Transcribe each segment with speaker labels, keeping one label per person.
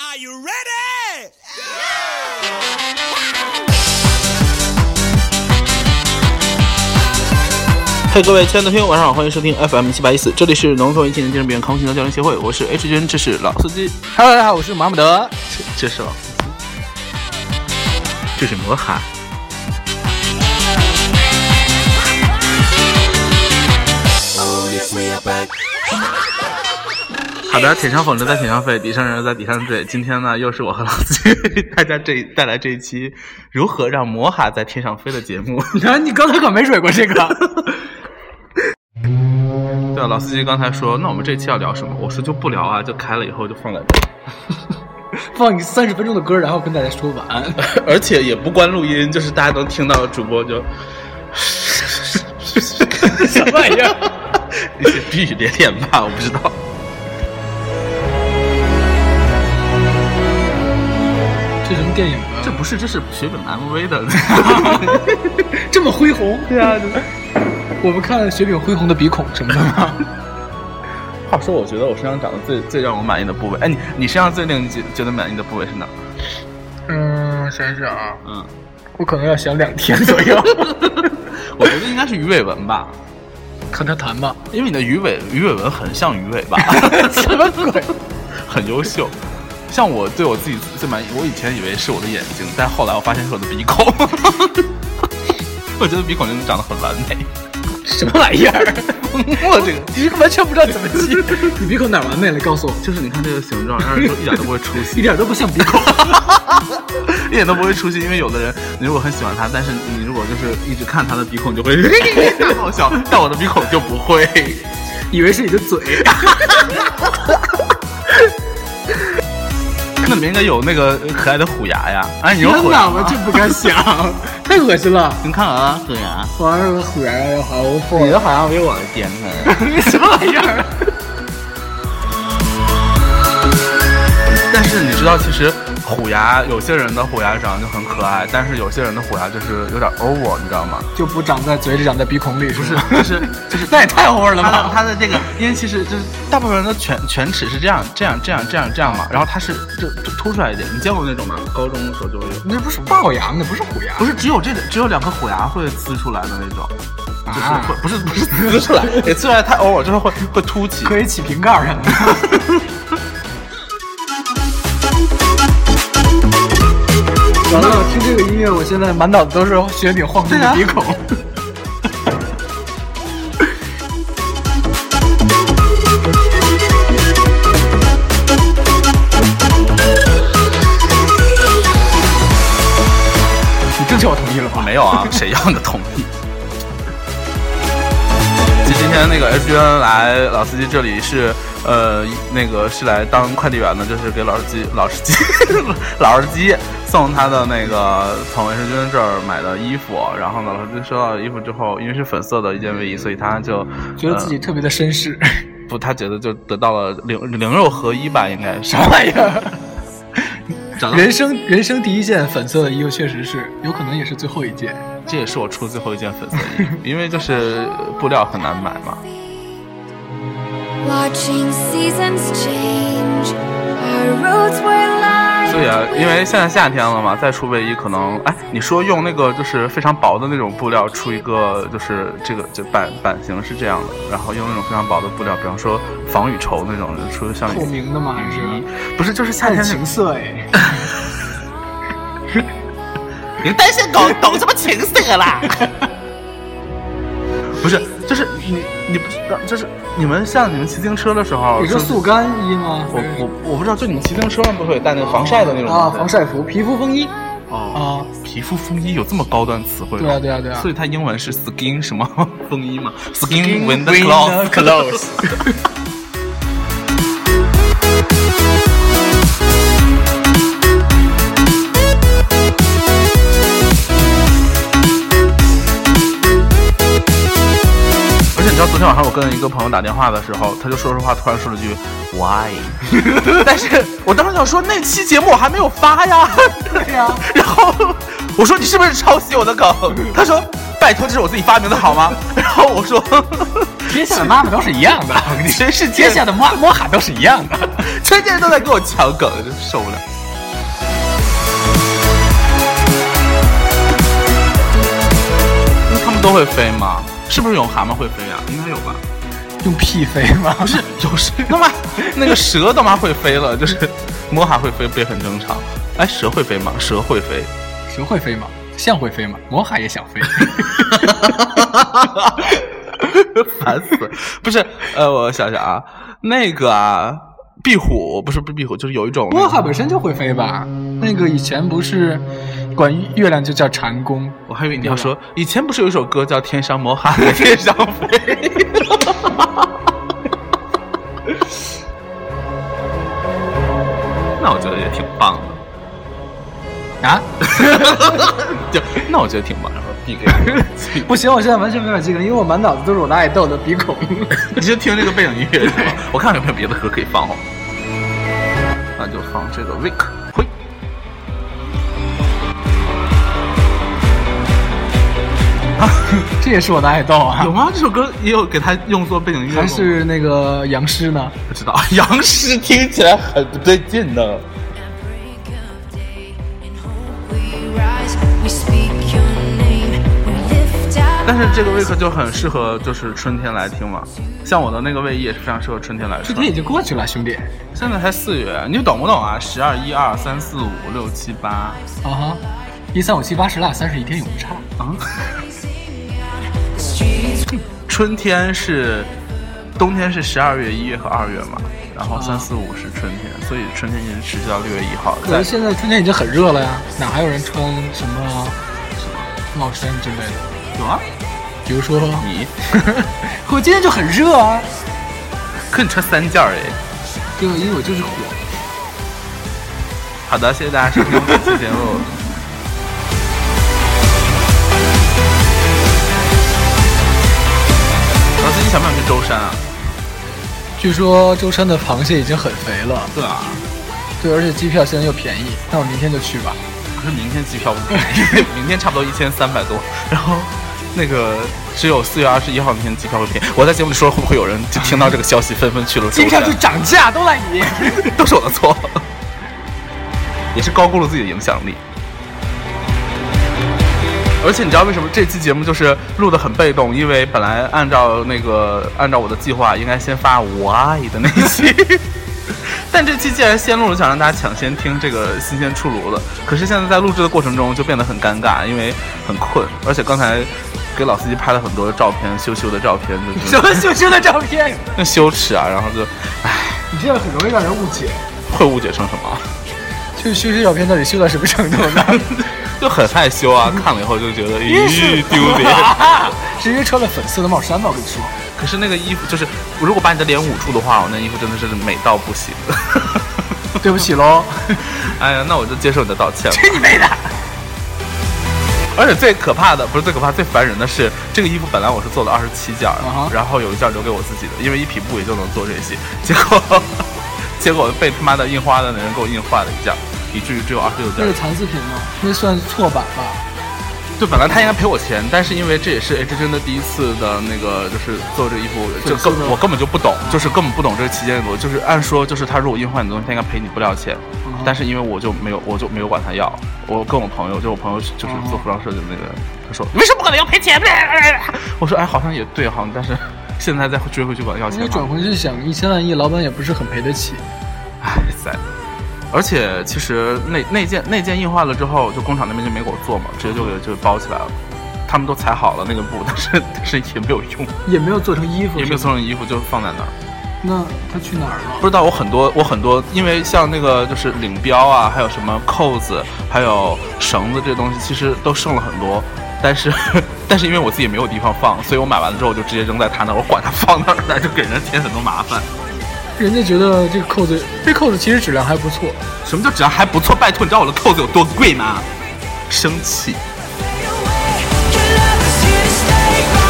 Speaker 1: Are you ready?
Speaker 2: 嘿，各位亲爱的听友，晚上好，欢迎收听 FM 七八一四，这里是农村文艺青年精神病康复心疗教练协会，我是 H 君，这是老司机，
Speaker 3: Hello，大家好，我是马姆德。
Speaker 2: 这是老司机，这是魔哈。好的，铁上粉正在铁上飞，底上人在底上醉。今天呢，又是我和老司机 为大家这带来这一期如何让魔哈在天上飞的节 目。
Speaker 3: 你啊看，你刚才可没水过这个。
Speaker 2: 对啊，老司机刚才说，那我们这期要聊什么？我说就不聊啊，就开了以后就放在这儿，
Speaker 3: 放你三十分钟的歌，然后跟大家说晚安。
Speaker 2: 而且也不关录音，就是大家能听到主播就什
Speaker 3: 什么玩意儿？
Speaker 2: 一些鼻语连连吧，我不知道。
Speaker 3: 这什么电影啊？
Speaker 2: 这不是，这是血本 MV 的。
Speaker 3: 这这么恢宏？
Speaker 2: 对啊，
Speaker 3: 我们看雪饼恢宏的鼻孔什么的吗？
Speaker 2: 话说，我觉得我身上长得最最让我满意的部位，哎，你你身上最令你觉觉得满意的部位是哪儿？
Speaker 3: 嗯，想想啊，
Speaker 2: 嗯，
Speaker 3: 我可能要想两天左右。
Speaker 2: 哎 我觉得应该是鱼尾纹吧，
Speaker 3: 看他谈吧。
Speaker 2: 因为你的鱼尾鱼尾纹很像鱼尾吧。
Speaker 3: 什么鬼？
Speaker 2: 很优秀。像我对我自己最满意，我以前以为是我的眼睛，但后来我发现是我的鼻孔。 我觉得鼻孔真的长得很完美。
Speaker 3: 什么玩意儿？
Speaker 2: 我这个
Speaker 3: 你是完全不知道怎么记。 你鼻孔哪儿完美了？告诉我，
Speaker 2: 就是你看这个形 状，让人说一点都不会出
Speaker 3: 一
Speaker 2: 戏，
Speaker 3: 点都不像鼻 孔。
Speaker 2: 一点都不会出戏。因为有的人，你如果很喜欢他，但是你如果就是一直看他的鼻孔，就 会好笑，但我的鼻孔就不会。
Speaker 3: 以为是 你的嘴。
Speaker 2: 那里面应该有那个呃可爱的虎牙呀，哎，你有虎
Speaker 3: 天
Speaker 2: 牙
Speaker 3: 哪，我
Speaker 2: 吗？
Speaker 3: 真不敢想， 太恶心了。
Speaker 2: 你看啊，虎牙，
Speaker 3: 玩儿虎牙好
Speaker 2: 你的好像比我的尖呢。
Speaker 3: 什么玩意儿？
Speaker 2: 但是你知道，其实虎牙有些人的虎牙长得就很可爱，但是有些人的虎牙就是有点 over，你知道吗？
Speaker 3: 就不长在嘴里，长在鼻孔里，不
Speaker 2: 不是，就是就是，
Speaker 3: 那也太 over 了
Speaker 2: 它的
Speaker 3: 吧？
Speaker 2: 它的这个，因为其实就是大部分人的犬犬齿是这样这样这样这样这样嘛，然后它是就就凸出来一点，你见过那种吗？高中的时候就有，
Speaker 3: 那不是龅牙，那不是虎牙
Speaker 2: 不，是只有这只有两颗虎牙会呲出来的那种，就是
Speaker 3: 啊
Speaker 2: 会不是不是呲出来，也呲出来太 over，就是会会凸起。
Speaker 3: 可以起瓶盖儿上的。 完了，我听这个音乐，我现在满脑子都是雪饼晃动的鼻孔。 你征求我同意了吗？
Speaker 2: 没有啊，谁要你的同意？ 其实今天那个 H 君来老司机这里是，呃，那个是来当快递员的，就是给老司机、老司机、 老司机送他的那个从 H 君这儿买的衣服。然后呢，老司机收到衣服之后，因为是粉色的一件卫衣，所以他就
Speaker 3: 觉得自己特别的绅士。
Speaker 2: 呃不，他觉得就得到了灵灵肉合一吧，应该是
Speaker 3: 啥玩意 儿？
Speaker 2: 找到
Speaker 3: 人生人生第一件粉色的衣服，确实是，有可能也是最后一件。
Speaker 2: 这也是我出最后一件粉色衣服，因为就是布料很难买嘛。
Speaker 4: Watching seasons change, our roads were lined.
Speaker 2: 对啊，因为现在夏天了嘛，再出卫衣可能，哎，你说用那个就是非常薄的那种布料出一个，就是这个就版版型是这样的，然后用那种非常薄的布料，比方说防雨绸那种，就出像
Speaker 3: 透明的吗？还是
Speaker 2: 雨衣，不是就是夏
Speaker 3: 看
Speaker 2: 天
Speaker 3: 情色哎？
Speaker 2: 你单身狗懂什么情色啦？ 不是，就是你你不知道，就是你们像你们骑自行车的时候，
Speaker 3: 你说
Speaker 2: 是
Speaker 3: 速干衣吗？
Speaker 2: 我我我不知道，就你们骑自行车上不会带那个防晒的那种
Speaker 3: 啊，
Speaker 2: 东西
Speaker 3: 防晒服、皮肤风衣啊，
Speaker 2: 哦，皮肤风衣有这么高端词汇吗？
Speaker 3: 对啊，对啊，对啊
Speaker 2: 所。以它英文是 skin 什么 风衣嘛，skin
Speaker 3: Skin
Speaker 2: with the
Speaker 3: with
Speaker 2: cloth
Speaker 3: the clothes
Speaker 2: 而且你知道，昨天晚上我跟一个朋友打电话的时候，他就说着话，突然说 了句 “why”，但 是我当时想说那期节目我还没有发呀，
Speaker 3: 对呀，
Speaker 2: 然后我说你是不是抄袭我的梗？他说拜托，这是我自己发明的好吗？ 然后我说
Speaker 3: 天下的妈妈都是一样的，我跟你说，
Speaker 2: 全世界
Speaker 3: 天下的妈妈哈都是一样的。
Speaker 2: 全世界都在给我抢梗，真受不了。他们都会飞吗？是不是有蛤蟆会飞呀、啊应该有吧？
Speaker 3: 用屁飞吗？
Speaker 2: 不是，有蛇他妈 那个蛇他妈会飞了，就是摸蛤会飞不也很正常？哎，蛇会飞吗？蛇会飞。
Speaker 3: 蛇会飞吗？象会飞吗？魔海也想飞。
Speaker 2: 烦死！不是，呃，我想想啊，那个啊，壁虎不是不是壁虎，就是有一种那
Speaker 3: 魔
Speaker 2: 个
Speaker 3: 海本身就会飞吧？那个以前不是管月亮就叫蟾宫，
Speaker 2: 我还以为你要说，以前不是有一首歌叫《天上魔海，天上飞》。 那我觉得也挺棒的，
Speaker 3: 啊？
Speaker 2: 就那我觉得挺棒的，然后递给你。
Speaker 3: 不行，我现在完全没法记得，因为我满脑子都是我的爱豆的鼻孔。
Speaker 2: 你就听这个背景音乐就好。我看看有没有别的歌可以放哦。那就放这个 Wick 会。
Speaker 3: 这也是我的爱豆啊
Speaker 2: 有？吗？这首歌也有给他用作背景音乐吗？
Speaker 3: 还是那个杨诗呢？
Speaker 2: 不知道， 杨氏听起来很不对劲呢。但是这个 Wick 就很适合就是春天来听嘛，像我的那个卫衣也是非常适合春天来
Speaker 3: 春
Speaker 2: 穿
Speaker 3: 天。已经过去了，兄弟。
Speaker 2: 现在才四月，你懂不懂啊？十二、一二、三四、五、六、七、八，
Speaker 3: 啊哈，一三五七八十辣，三十一天永不差。
Speaker 2: 啊？ 春天是，冬天是十二月、一月和二月嘛，然后三四五是春天，所以春天一直持续到六月一号。
Speaker 3: 可
Speaker 2: 在
Speaker 3: 是现在春天已经很热了呀，哪还有人穿什么帽衫之类的？
Speaker 2: 有啊，
Speaker 3: 比如 说，
Speaker 2: 你，
Speaker 3: 我今天就很热啊。
Speaker 2: 可你穿三件儿哎。
Speaker 3: 对，因为我就是火。
Speaker 2: 好的，谢谢大家收听这期节目。老师，你想不想去舟山啊？
Speaker 3: 据说舟山的螃蟹已经很肥了，
Speaker 2: 对啊，
Speaker 3: 对，而且机票现在又便宜，那我明天就去吧。
Speaker 2: 可是明天机票不便宜，明天差不多一千三百多，然后那个只有四月二十一号那天机票会便宜。我在节目里说会不会有人就听到这个消息纷纷去了舟
Speaker 3: 机票
Speaker 2: 山
Speaker 3: 就？涨价，都赖你。
Speaker 2: 都是我的错，也是高估了自己的影响力。而且你知道为什么这期节目就是录的很被动？因为本来按照那个按照我的计划，应该先发我爱的那一期， 但这期既然先录了，想让大家抢先听这个新鲜出炉的。可是现在在录制的过程中就变得很尴尬，因为很困，而且刚才给老司机拍了很多照片，羞羞的照片，就是
Speaker 3: 什么羞羞的照片？
Speaker 2: 很羞耻啊，然后就
Speaker 3: 你这样很容易让人误解。
Speaker 2: 会误解成什么？
Speaker 3: 就是羞羞照片到底羞到什么程度 呢？
Speaker 2: 就很害羞啊，看了以后就觉得咦丢 脸。
Speaker 3: 是因为穿了粉色的帽衫吗？我跟你说，
Speaker 2: 可是那个衣服就是，如果把你的脸捂住的话，我那衣服真的是美到不 行。
Speaker 3: 对不起 喽。
Speaker 2: 哎呀，那我就接受你的道歉了。
Speaker 3: 去你妹的！
Speaker 2: 而且最可怕的不是最可怕，最烦人的是这个衣服本来我是做了二十七件儿
Speaker 3: 啊哈
Speaker 2: 然后有一件儿留给我自己的，因为一匹布也就能做这些。 结果结果被他妈的印花的人给我印花了一件儿，以至于只有二十六件
Speaker 3: 那
Speaker 2: 儿
Speaker 3: 是。残次品吗？那算错版吧？
Speaker 2: 就本来他应该赔我钱，但是因为这也是 H 真的第一次的那个，就是做这个衣服，就
Speaker 3: 粉丝
Speaker 2: 根
Speaker 3: 的
Speaker 2: 我根本就不懂，就是根本不懂这个期间我就是按说就是他如果印坏你的东西，他应该赔你不了钱，
Speaker 3: 嗯
Speaker 2: 但是因为我就没有我就没有管他要，我跟我朋友就我朋友就是
Speaker 3: 嗯
Speaker 2: 做服装设计的那个人，他说哦为什么管他要赔钱呢？ 我说哎好像也对哈，但是 现在再追回去管他要
Speaker 3: 因
Speaker 2: 钱
Speaker 3: 为转
Speaker 2: 嘛，
Speaker 3: 回去想，一千万亿，老板也不是很赔得起。
Speaker 2: 哎塞。而且其实那那件那件印坏了之后，就工厂那边就没给我做嘛，直接就给就包起来了。他们都裁好了那个布， 但是但是也没有用，
Speaker 3: 也没有做成衣服，
Speaker 2: 也没有
Speaker 3: 是吧
Speaker 2: 做成衣服，就放在那儿。
Speaker 3: 那他去哪儿了？
Speaker 2: 不知道我很多我很多，因为像那个就是领标啊，还有什么扣子，还有绳子这些东西，其实都剩了很多。但是 但是因为我自己没有地方放，所以我买完了之后我就直接扔在他那儿，我管他放哪儿呢，就给人添很多麻烦。
Speaker 3: 人家觉得这个扣子，这扣子其实质量还不错。
Speaker 2: 什么叫质量还不错？拜托，你知道我的扣子有多贵吗？生气。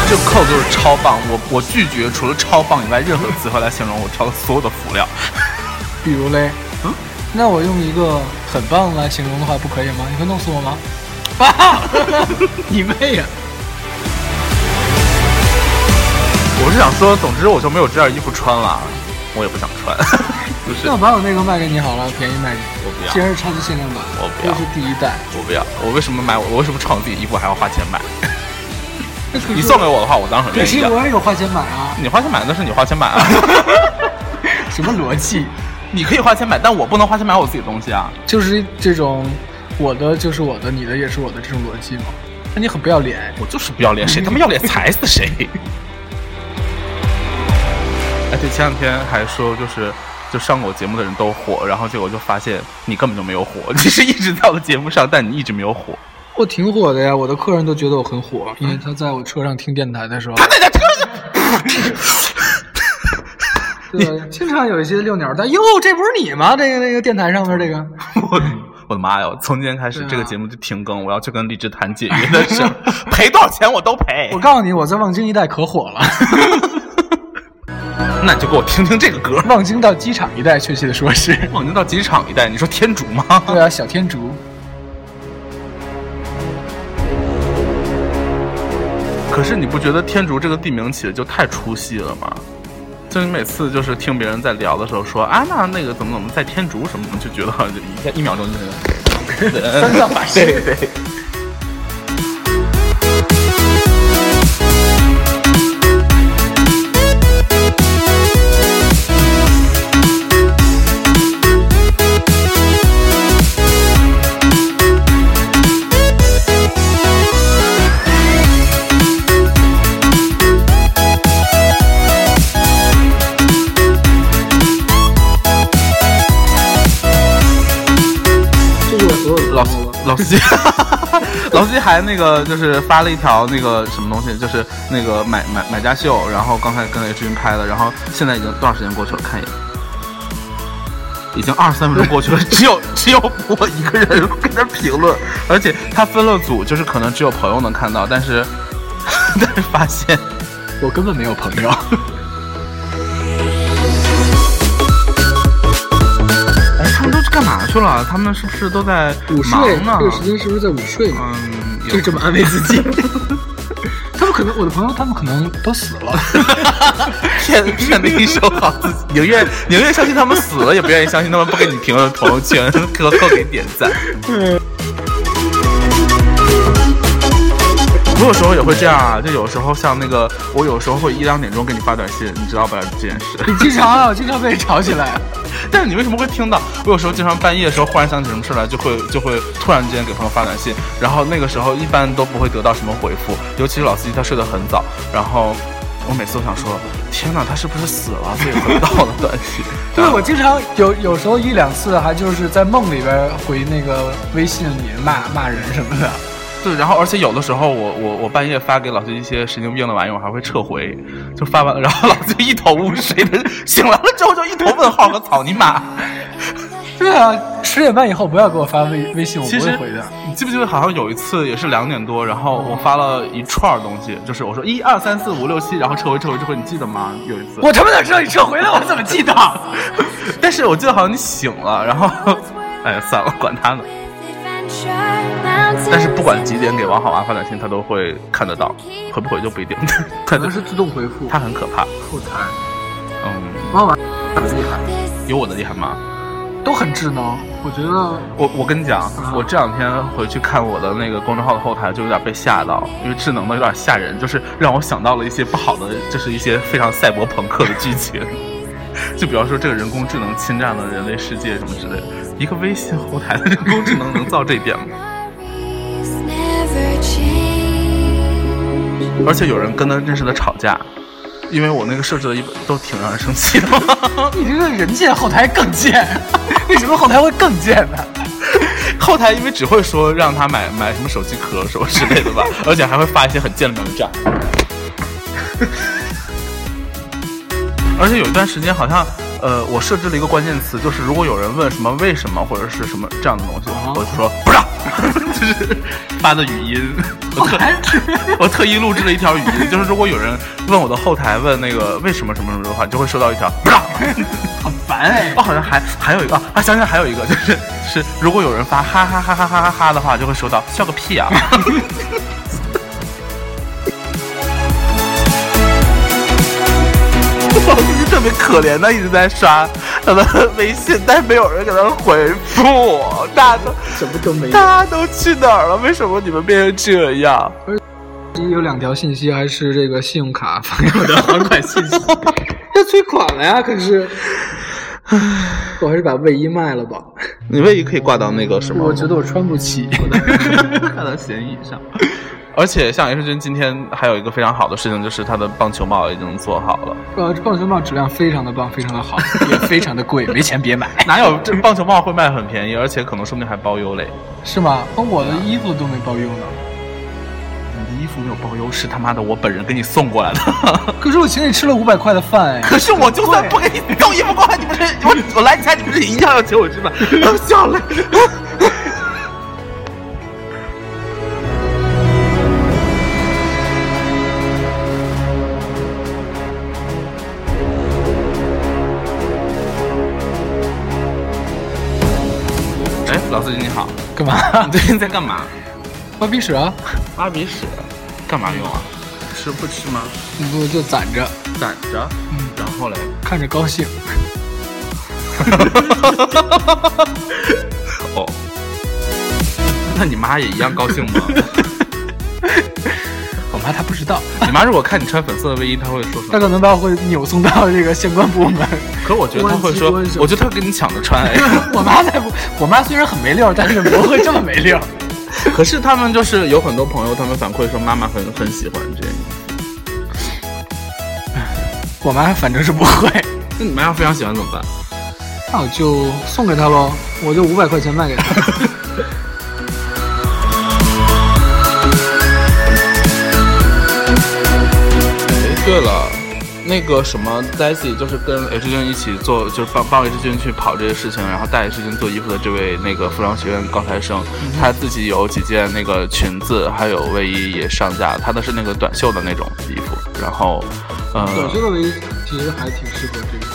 Speaker 2: 这扣子就是超棒，我我拒绝除了超棒以外任何词汇来形容我挑的所有的辅料。
Speaker 3: 比如嘞，
Speaker 2: 嗯，
Speaker 3: 那我用一个很棒来形容的话，不可以吗？你会弄死我 吗？你妹呀！
Speaker 2: 我是想说，总之我就没有这件衣服穿了，我也不想穿。 不是
Speaker 3: 那我把我那个卖给你好了，便宜卖你。
Speaker 2: 我不
Speaker 3: 既
Speaker 2: 要，
Speaker 3: 然是超级限量版，
Speaker 2: 我不要
Speaker 3: 又是第一代，
Speaker 2: 我不要，我为什么买我？我为什么穿我自己衣服还要花钱买？
Speaker 3: 那可是
Speaker 2: 你送给我的话，我当然很
Speaker 3: 可
Speaker 2: 愿意
Speaker 3: 是
Speaker 2: 要。
Speaker 3: 我也有花钱买 啊，
Speaker 2: 你花钱买那是你花 钱买啊，
Speaker 3: 什么逻辑？
Speaker 2: 你可以花钱买，但我不能花钱买我自己的东西啊。
Speaker 3: 就是这种我的就是我的，你的也是我的这种逻辑嘛。那你很不要脸，
Speaker 2: 我就是不要脸，谁他妈要脸踩死 谁。而且哎前两天还说，就是就上过我节目的人都火，然后结果就发现你根本就没有火， 你是一直在我的节目上，但你一直没有火。
Speaker 3: 我挺火的呀，我的客人都觉得我很火，因为他在我车上听电台的时候，
Speaker 2: 他在那车，
Speaker 3: 对，经常有一些遛鸟的，哟，这不是你吗？这个那个电台上面这个，
Speaker 2: 我我的妈呀！从今天开始、
Speaker 3: 对啊
Speaker 2: 这个节目就停更，我要去跟荔枝谈解约的事儿， 赔多少钱我都赔
Speaker 3: 我。告诉你，我在望京一带可火了。
Speaker 2: 那你就给我听听这个 歌。
Speaker 3: 望京到机场一带，确切的说是，
Speaker 2: 望京到机场一带，你说天竺吗？
Speaker 3: 对啊，小天竺。
Speaker 2: 可是你不觉得天竺这个地名起的就太出戏了吗？就你每次就是听别人在聊的时候说啊，那那个怎么怎么在天竺什么的，就觉得好像就一下一秒钟就三藏法师。对对。
Speaker 3: 这是我所有的
Speaker 2: 老司老司机， 老司机还那个就是发了一条那个什么东西，就是那个买买买家秀，然后刚才跟 H 君拍的，然后现在已经多长时间过去了？看一眼，已经二十三分钟过去了，只有只有我一个人跟他评论，而且他分了组，就是可能只有朋友能看到，但是 但是发现
Speaker 3: 我根本没有朋友。
Speaker 2: 哎，他们都去干嘛去了？他们是不是都在
Speaker 3: 午睡，
Speaker 2: 忙啊呢
Speaker 3: 这？个时间是不是在午睡嘛？
Speaker 2: 嗯，有
Speaker 3: 就这么安慰自己。 他们可能，我的朋友，他们可能都死了。
Speaker 2: 骗骗的一手好自己，宁愿宁愿相信他们死了，也不愿意相信他们不给你评论朋友圈 和不给你点赞。嗯我有时候也会这样啊，就有时候像那个，我有时候会一两点钟给你发短信，你知道吧这件事。
Speaker 3: 你经常啊，我经常被吵起来。
Speaker 2: 但是你为什么会听到？我有时候经常半夜的时候忽然想起什么事来，就会就会突然之间给朋友发短信，然后那个时候一般都不会得到什么回复，尤其是老司机他睡得很早，然后我每次都想说，天哪，他是不是死了？所以回不到我的短信。
Speaker 3: 对，我经常有有时候一两次还就是在梦里边回那个微信里骂骂人什么的。
Speaker 2: 对，然后而且有的时候我我我半夜发给老师一些神经病的玩意儿，我还会撤回，就发完，然后老师一头雾水的，醒来了之后就一头问号和草泥马。
Speaker 3: 对啊，十点半以后不要给我发微微信，我
Speaker 2: 其
Speaker 3: 不会
Speaker 2: 实
Speaker 3: 回的。
Speaker 2: 你记不记得好像有一次也是两点多，然后我发了一串儿东西，就是我说一二三四五六七，然后撤回撤回撤回，你记得吗？有一次，
Speaker 3: 我他妈哪知道你撤回了？我怎么记得？
Speaker 2: 但是我记得好像你醒了，然后 哎呀算了，管他呢。但是不管几点给王好娃发短信，他都会看得到，回不回就不一定。
Speaker 3: 可
Speaker 2: 他就
Speaker 3: 能是自动回复。
Speaker 2: 他很可怕，
Speaker 3: 后台，
Speaker 2: 嗯，
Speaker 3: 妈妈很厉害，
Speaker 2: 有我的厉害吗？
Speaker 3: 都很智能。我觉得
Speaker 2: 我我跟你讲，我这两天回去看我的那个公众号的后台，就有点被吓到，因为智能的有点吓人，就是让我想到了一些不好的，就是一些非常赛博朋克的剧情， 就比方说这个人工智能侵占了人类世界什么之类的。一个微信后台的人工智能能造这一点吗？
Speaker 4: Never change.
Speaker 2: 而且有人跟他真实的吵架，因为我那个设置的一都挺让人生气的。
Speaker 3: 你这个人贱，后台更贱。 为什么后台会更贱呢？
Speaker 2: 后台因为只会说让他买买什么手机壳什么之类的吧，而且还会发一些很贱的文章。而且有一段时间好像，呃，我设置了一个关键词，就是如果有人问什么为什么或者是什么这样的东西，
Speaker 3: 啊
Speaker 2: 我就说不知道， 就是发的语音。我特 我特意录制了一条语音，就是如果有人问我的后台问那个为什么什么什么的话，就会收到一条 不知道。
Speaker 3: 很烦哎
Speaker 2: 哦，。好像还还有一个啊，啊想起来还有一个，就是是如果有人发哈哈哈哈哈哈哈的话，就会收到笑个屁啊！ 我就是特别可怜的一直在刷他的微信，但是没有人给他回复，大家都
Speaker 3: 什么都没有。
Speaker 2: 大家都去哪儿了？为什么你们变成这样？
Speaker 3: 有两条信息还是这个信用卡朋友的还款信息，要催款了呀！可 是，我还是把卫衣卖了吧。
Speaker 2: 你卫衣可以挂到那个什么
Speaker 3: 我？觉得我穿不起。
Speaker 2: 挂到闲椅上。 而且像 H 君今天还有一个非常好的事情，就是他的棒球帽已经做好了。
Speaker 3: 呃，这棒球帽质量非常的棒，非常的好，也非常的贵，没钱别买。
Speaker 2: 哪有这棒球帽会卖很便宜，而且可能说不定还包邮嘞。
Speaker 3: 是吗？哦我的衣服都没包邮呢。
Speaker 2: 你的衣服没有包邮，是他妈的我本人给你送过来的。
Speaker 3: 可是我请你吃了五百块的饭哎。
Speaker 2: 可是我就算不给你送衣服过来，你不是我我来你家，你不是一样要请我吃饭？笑了。哎，老司机你 好，
Speaker 3: 干嘛？
Speaker 2: 你最近在干嘛？
Speaker 3: 挖鼻屎啊？
Speaker 2: 挖鼻屎，干嘛用啊？吃不吃吗？
Speaker 3: 你不就攒着，
Speaker 2: 攒着，嗯，然后嘞。
Speaker 3: 看着高兴。
Speaker 2: 哦，那你妈也一样高兴吗？
Speaker 3: 我妈她不知道，
Speaker 2: 你妈如果看你穿粉色的卫衣，她会说什
Speaker 3: 她
Speaker 2: 么？
Speaker 3: 可能把我会扭送到这个相关部门。
Speaker 2: 可是我觉得她会说
Speaker 3: 我很奇，怪
Speaker 2: 我觉得她会跟你抢着穿。哎
Speaker 3: 我妈才不，我妈虽然很没溜儿，但是不会这么没溜儿。
Speaker 2: 可是他们就是有很多朋友，他们反馈说妈妈很很喜欢这样。
Speaker 3: 我妈反正是不会，
Speaker 2: 那你妈要非常喜欢怎么办？
Speaker 3: 那我就送给她喽，我就五百块钱卖给她。
Speaker 2: 哎，对了，那个什么 Daisy 就是跟 H 哎君一起做，就是帮帮 H 君去跑这些事情，然后带 H 君做衣服的这位那个服装学院高材生，她自己有几件那个裙子还有卫衣也上架，她的是那个短袖的那种衣服，然后，呃，
Speaker 3: 短袖的围其实还挺适合这个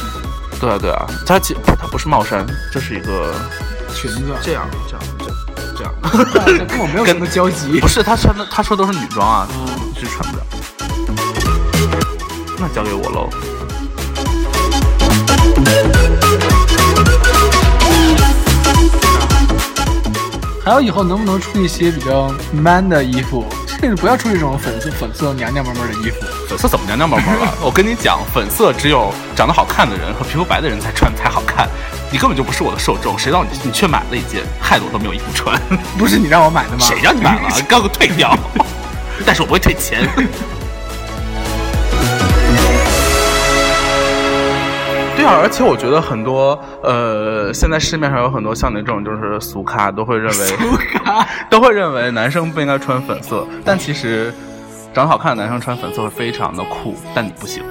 Speaker 2: 对啊对啊，它其它不是帽衫，这是一个
Speaker 3: 裙子，
Speaker 2: 这样这样这样这样，
Speaker 3: 这跟我没有什么交集
Speaker 2: 不。是她穿的，她说都是女装啊，
Speaker 3: 嗯
Speaker 2: 是穿不了。那交给我喽。
Speaker 3: 还有以后能不能出一些比较 man 的衣服，甚至不要出这种粉色粉色娘娘们们的衣服。
Speaker 2: 粉色怎么娘娘毛毛了？啊 我跟你讲，粉色只有长得好看的人和皮肤白的人才穿才好看，你根本就不是我的受众，谁让你你却买了一件，害得我都没有衣服穿，
Speaker 3: 不是你让我买的吗？
Speaker 2: 谁让你买 了？刚给我退掉，但是我不会退钱。 对啊，而且我觉得很多呃，现在市面上有很多像你这种就是俗咖，都会认为都会认为男生不应该穿粉色，但其实长得好看的男生穿粉色会非常的酷，但你不行。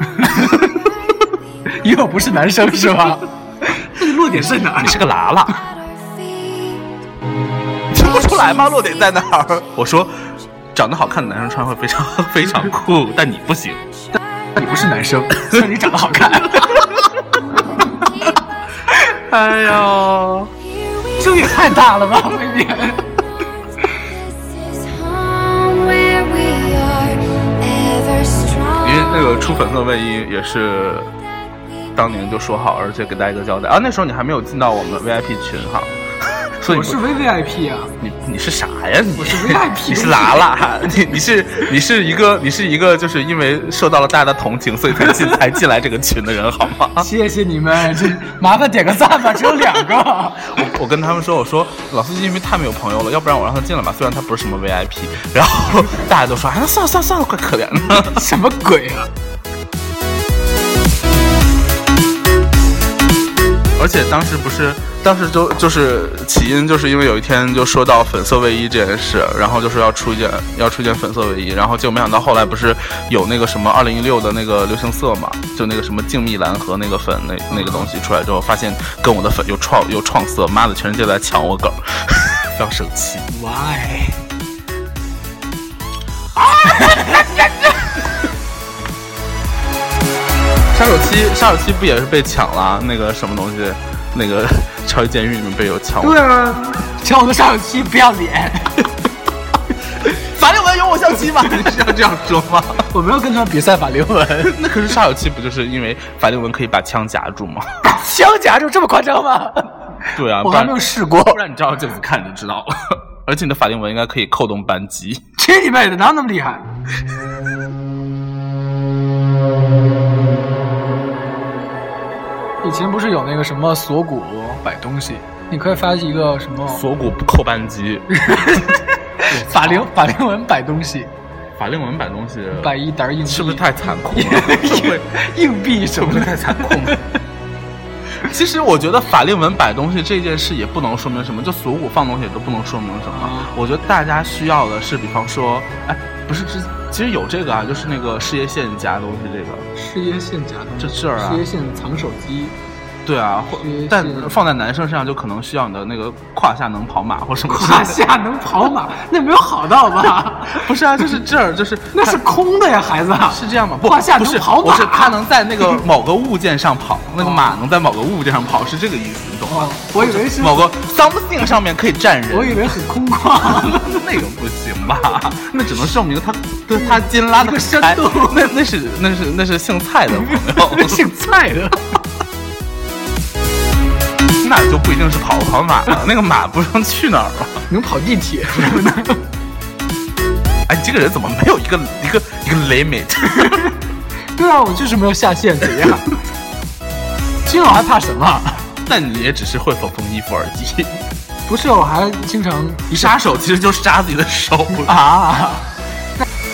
Speaker 3: 因为我不是男生是吧？
Speaker 2: 落点在哪儿？你是个喇喇，
Speaker 4: at our feet.
Speaker 2: 听不出来吗？落点在哪儿？我说，长得好看的男生穿会非常 非常酷，但你不行。
Speaker 3: 你不是男 生，虽然你长得好 看。
Speaker 2: 哎呦，
Speaker 4: Here we
Speaker 3: 这也太大了吧，未免。
Speaker 4: This is home where we are ever strong.
Speaker 2: 因为那个出粉色卫衣也是当年就说好，而且给大家一个交代啊。那时候你还没有进到我们的 VIP 群哈，所以
Speaker 3: 我
Speaker 2: 你
Speaker 3: 是
Speaker 2: 不
Speaker 3: V V I P 啊，
Speaker 2: 你你是啥呀你？
Speaker 3: 我是 VIP
Speaker 2: 你是喇喇，你你是你是一个你是一个就是因为受到了大家的同情，所以才进才进来这个群的人好吗？
Speaker 3: 谢谢你们，这麻烦点个赞吧，只有两个。
Speaker 2: 我跟他们说，我说老司机因为太没有朋友了，要不然我让他进来吧。虽然他不是什么 VIP，然后大家都说，哎，那算了算了算了，怪可怜 的。
Speaker 3: 什么鬼啊？
Speaker 2: 而且当时不是，当时就就是起因，就是因为有一天就说到粉色卫衣这件事，然后就说要出一件要出一件粉色卫衣，然后结果没想到后来不是有那个什么二零一六的那个流行色嘛，就那个什么静谧蓝和那个粉那那个东西出来之后，发现跟我的粉又创又创色，妈的，全世界都在抢我梗儿，非常生气。
Speaker 3: Why？
Speaker 2: 杀手七，杀手七不也是被抢了？那个什么东西，那个 超级监狱里面被有抢。
Speaker 3: 对啊，抢我的杀手机不要脸。
Speaker 2: 咋的？我有我象棋嘛，你 是要这样说吗？
Speaker 3: 我们要跟他们比赛法令 纹，
Speaker 2: 那可是沙小七，不就是因为法令纹可以把枪夹住吗？
Speaker 3: 枪夹住这么夸张吗？
Speaker 2: 对啊，
Speaker 3: 我
Speaker 2: 不
Speaker 3: 还
Speaker 2: 然
Speaker 3: 没 有试过，
Speaker 2: 不然你照照镜子看你就知道了。而且你的法令纹应该可以扣动扳机。
Speaker 3: 去你妹的，哪有那么厉害？以前不是有那个什么锁骨摆东西，你可以发一个什么
Speaker 2: 锁骨不扣扳机，
Speaker 3: 法令法令纹摆东西，
Speaker 2: 法令纹摆东西，
Speaker 3: 摆一沓硬币，
Speaker 2: 是不是太残酷 了？会不会
Speaker 3: 硬币什么的？
Speaker 2: 太残酷 了。其实我觉得法令纹摆东西这件事也不能说明什么，就锁骨放东西也都不能说明什么
Speaker 3: 嗯。
Speaker 2: 我觉得大家需要的是，比方说，哎，不是之，其实有这个啊，就是那个事业线夹东西这个，
Speaker 3: 事业线夹东
Speaker 2: 这
Speaker 3: 西，
Speaker 2: 事儿啊
Speaker 3: 事业，线藏手 机，
Speaker 2: 对啊，或
Speaker 3: 事业线
Speaker 2: 但放在男生身上就可能需要你的那个胯下能跑马或什么之类的。
Speaker 3: 胯下能跑马，那没有好到吧？
Speaker 2: 不是啊，就是这儿，就是啊
Speaker 3: 那是空的呀，孩子。
Speaker 2: 是这样吗？不，
Speaker 3: 胯下
Speaker 2: 不
Speaker 3: 能
Speaker 2: 是，
Speaker 3: 跑
Speaker 2: 不
Speaker 3: 马，
Speaker 2: 是，它能在那 个某个物件上跑，那个马能在某个物件上跑，是这个意思，你懂吗？
Speaker 3: 哦，我以为是，
Speaker 2: 某个 something 上面可以站人，
Speaker 3: 我以为很空旷。
Speaker 2: 那个不行吧？那只能证 明他对他金拉的
Speaker 3: 深
Speaker 2: 还
Speaker 3: 度
Speaker 2: 那那是那是那是姓蔡的 朋友，
Speaker 3: 姓蔡的，
Speaker 2: 那就不一定是跑不跑马了，那个马不知道去哪儿了。
Speaker 3: 能跑地铁什么的。
Speaker 2: 哎，你这个人怎么没有一个一个一个 limit？
Speaker 3: 对啊，我就是没有下线，怎样？金老还怕什 么？
Speaker 2: 但你也只是会缝缝衣服而已。
Speaker 3: 不是，我还经常
Speaker 2: 杀手其实就是杀自己的手，
Speaker 3: 啊，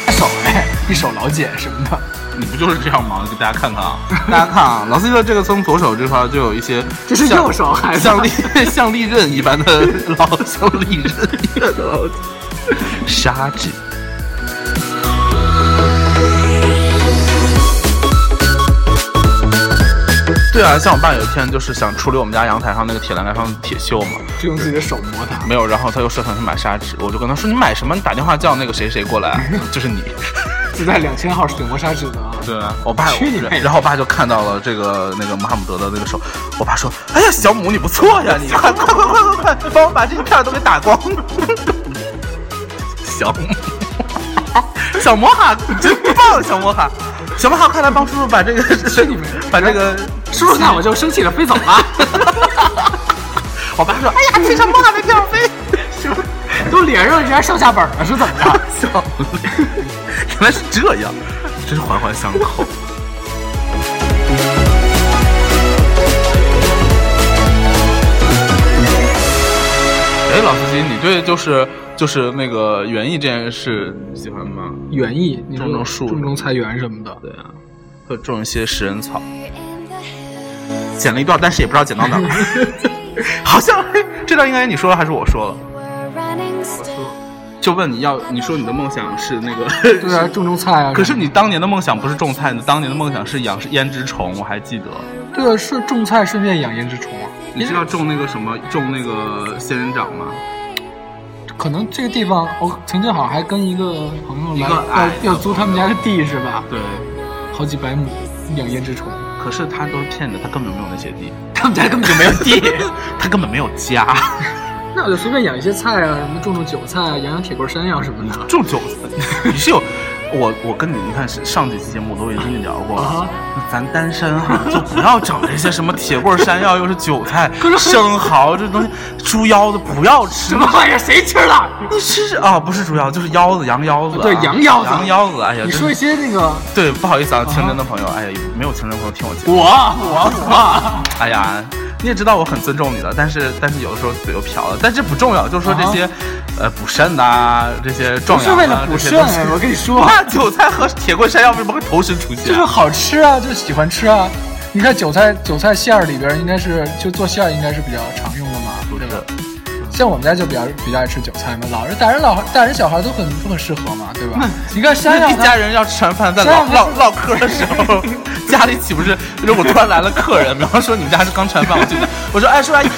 Speaker 3: 那手哎，一手老茧什么的。
Speaker 2: 你不就是这样吗？给大家看 看啊，大家看啊，老司机的这个从左手这块就有一些，
Speaker 3: 这是右手还是
Speaker 2: 像利像利刃一般的 老像利刃 一般的老杀指。对啊，像我爸有一天就是想处理我们家阳台上那个铁栏杆上的铁锈嘛，
Speaker 3: 就用自己的手磨它。
Speaker 2: 没有，然后他又设想去买砂纸，我就跟他说你买什么？你打电话叫那个谁谁过来，就是你。
Speaker 3: 就在两千号水磨砂纸呢。
Speaker 2: 对，我爸
Speaker 3: 去你妹的
Speaker 2: 然后我爸就看到了这个那个穆罕默德的那个手，我爸说：“哎呀，小母你不错呀，你快快快快快快，帮我把这个片儿都给打光。”小母，小魔哈，你真棒，小魔哈，小魔哈，快来帮叔叔把这个
Speaker 3: 你妹
Speaker 2: 把这个。
Speaker 3: 叔叔看我就生气了，飞走了。
Speaker 2: 我爸说：“哎呀，天上魔哈没地方飞。”
Speaker 3: 都连上人家上下本了，是怎么着？
Speaker 2: 笑死！原来是这样，真是环环相扣。哎，老司机，你对就是就是那个园艺这件事你喜欢吗？
Speaker 3: 园艺，你说
Speaker 2: 种种树
Speaker 3: 种种菜园什么的。
Speaker 2: 对啊，会种一些食人草，剪了一段，但是也不知道剪到哪儿。好像嘿这段应该你说了还是我说了？就问你要，你说你的梦想是那个
Speaker 3: 对啊，种种菜啊。
Speaker 2: 可是你当年的梦想不是种菜，你当年的梦想是养胭脂虫，我还记得。
Speaker 3: 对啊，是种菜顺便养胭脂虫啊。
Speaker 2: 你知道种那个什么，种那个仙人掌吗？
Speaker 3: 可能这个地方，我曾经好像还跟一个朋友
Speaker 2: 一
Speaker 3: 来
Speaker 2: 个矮的
Speaker 3: 要要租他们家的地是吧？
Speaker 2: 对，
Speaker 3: 好几百亩养胭脂虫，
Speaker 2: 可是他都是骗你的，他根本没有那些地，
Speaker 3: 他们家根本就没有
Speaker 2: 地，他根本没有家，
Speaker 3: 那我就随便养一些菜啊，什么种种韭菜啊，养养铁棍山药什么的。
Speaker 2: 种韭菜。你是有，我我跟你你看是上几期节目我都已经聊过了
Speaker 3: 啊，
Speaker 2: 那咱单身哈、就不要整这些什么铁棍山药，又是韭菜
Speaker 3: 可是、很
Speaker 2: 生蚝这东西，猪腰子不要吃
Speaker 3: 什。么玩意儿？谁吃了？
Speaker 2: 你吃啊？不是猪腰，就是腰子，羊腰子啊、
Speaker 3: 对羊腰子
Speaker 2: 羊腰子。哎呀，
Speaker 3: 你
Speaker 2: 真
Speaker 3: 说一些那个
Speaker 2: 对，不好意思啊，清真的朋友，哎呀，没有清真朋友听我节目。
Speaker 3: 哦我我我，
Speaker 2: 哎呀，你也知道我很尊重你的，但是但是有的时候嘴又瓢了，但这不重要，就是说这些，呃，补肾呐、这些壮
Speaker 3: 哦不是
Speaker 2: 阳、啊、
Speaker 3: 为了补
Speaker 2: 这
Speaker 3: 肾
Speaker 2: 些东西，
Speaker 3: 我跟你说，
Speaker 2: 那韭菜和铁棍山药为什么会同时出
Speaker 3: 就
Speaker 2: 现
Speaker 3: 是？ 好吃啊，就是喜欢吃啊。你看韭菜韭菜馅儿里边儿应该是就做馅儿应该是比较常用的嘛，
Speaker 2: 不
Speaker 3: 对吧？
Speaker 2: 是
Speaker 3: 像我们家就比较比较爱吃韭菜嘛，老人大人老大人小孩都很都很适合嘛，对 吧？你看山
Speaker 2: 那
Speaker 3: 药
Speaker 2: 一
Speaker 3: 它
Speaker 2: 家人要吃完饭，在
Speaker 3: 山
Speaker 2: 唠
Speaker 3: 药
Speaker 2: 唠唠嗑的时候，家里岂不是如果突然来了客人，比方说你们家是刚吃完饭，我就我说哎叔阿 姨，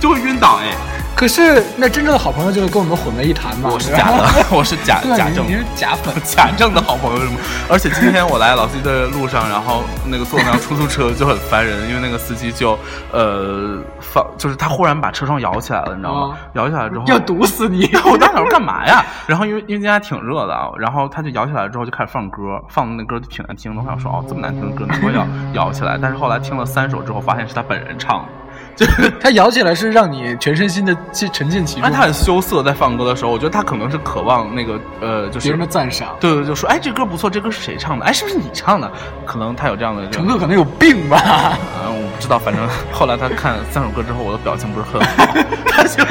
Speaker 2: 就会晕倒哎。
Speaker 3: 可是那真正的好朋友就是跟我们混为一谈嘛。
Speaker 2: 我是
Speaker 3: 然
Speaker 2: 假
Speaker 3: 后
Speaker 2: 的，我啊是假
Speaker 3: 对啊
Speaker 2: 假
Speaker 3: 你
Speaker 2: 正。
Speaker 3: 你是假粉
Speaker 2: 假正的好朋友是吗？而且今天我来老司机的路上，然后那个坐那辆出租车就很烦人，因为那个司机就呃放，就是他忽然把车窗摇起来了，你知道吗？摇起来之后
Speaker 3: 要毒死你！
Speaker 2: 我当时想干嘛呀？然后因为因为今天还挺热的啊，然后他就摇起来之后就开始放歌，放的那歌就挺难听的。我想说哦，这么难听的歌能不会摇摇起来？但是后来听了三首之后，发现是他本人唱的。就是，
Speaker 3: 他摇起来是让你全身心的去沉浸其
Speaker 2: 因为
Speaker 3: 中，
Speaker 2: 啊他很羞涩，在放歌的时候，我觉得他可能是渴望那个呃，就是
Speaker 3: 别人的赞赏。
Speaker 2: 对对，对就说哎，这歌不错，这歌是谁唱的？哎，是不是你唱的？可能他有这样的这
Speaker 3: 乘
Speaker 2: 种，
Speaker 3: 客可能有病吧？
Speaker 2: 嗯，我不知道，反正后来他看三首歌之后，我的表情不是 很好，他就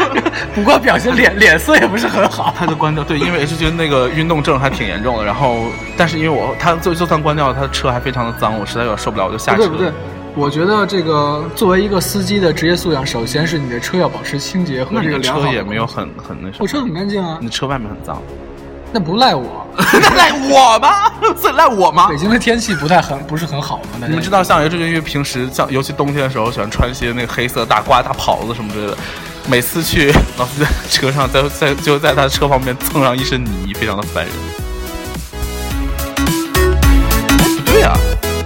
Speaker 3: 不过表情 脸脸色也不是很好。
Speaker 2: 他就关掉。对，因为 H 君那个运动症还挺严重的，然后但是因为我他就就算关掉了，他的车还非常的脏，我实在有点受不了，我就下
Speaker 3: 不对
Speaker 2: 车了。
Speaker 3: 不对，我觉得这个作为一个司机的职业素养，首先是你的车要保持清洁和
Speaker 2: 那
Speaker 3: 这
Speaker 2: 你
Speaker 3: 个
Speaker 2: 的
Speaker 3: 良好
Speaker 2: 车
Speaker 3: 的
Speaker 2: 也没有很很那什么，
Speaker 3: 我车很干净啊
Speaker 2: 你，的车外面很 脏，
Speaker 3: 那不赖我。
Speaker 2: 那赖我吗？ 这赖我吗
Speaker 3: 北？京的天气不太很不是很好嘛，大家
Speaker 2: 你们知道，像 H 君因为平时像尤其冬天的时候，喜欢穿一些那个黑色大褂、大袍子什么之类的。每次去老师在车上，在在就在他的车旁边蹭上一身泥，非常的烦人。不对呀、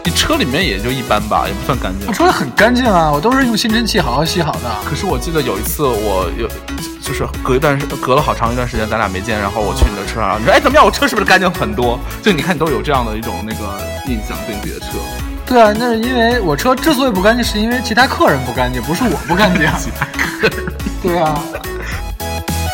Speaker 2: 你车里面也就一般吧，也不算干净
Speaker 3: 我。车很干净啊，我都是用吸尘器好好吸好的。
Speaker 2: 可是我记得有一次，我有就是隔一段时隔了好长一段时间，咱俩没见，然后我去你的车上，你说哎怎么样，我车是不是干净很多？就你看你都有这样的一种那个印象对你自己的车。
Speaker 3: 对啊，那是因为我车之所以不干净，是因为其他客人不干净，不是我不干 净。对啊，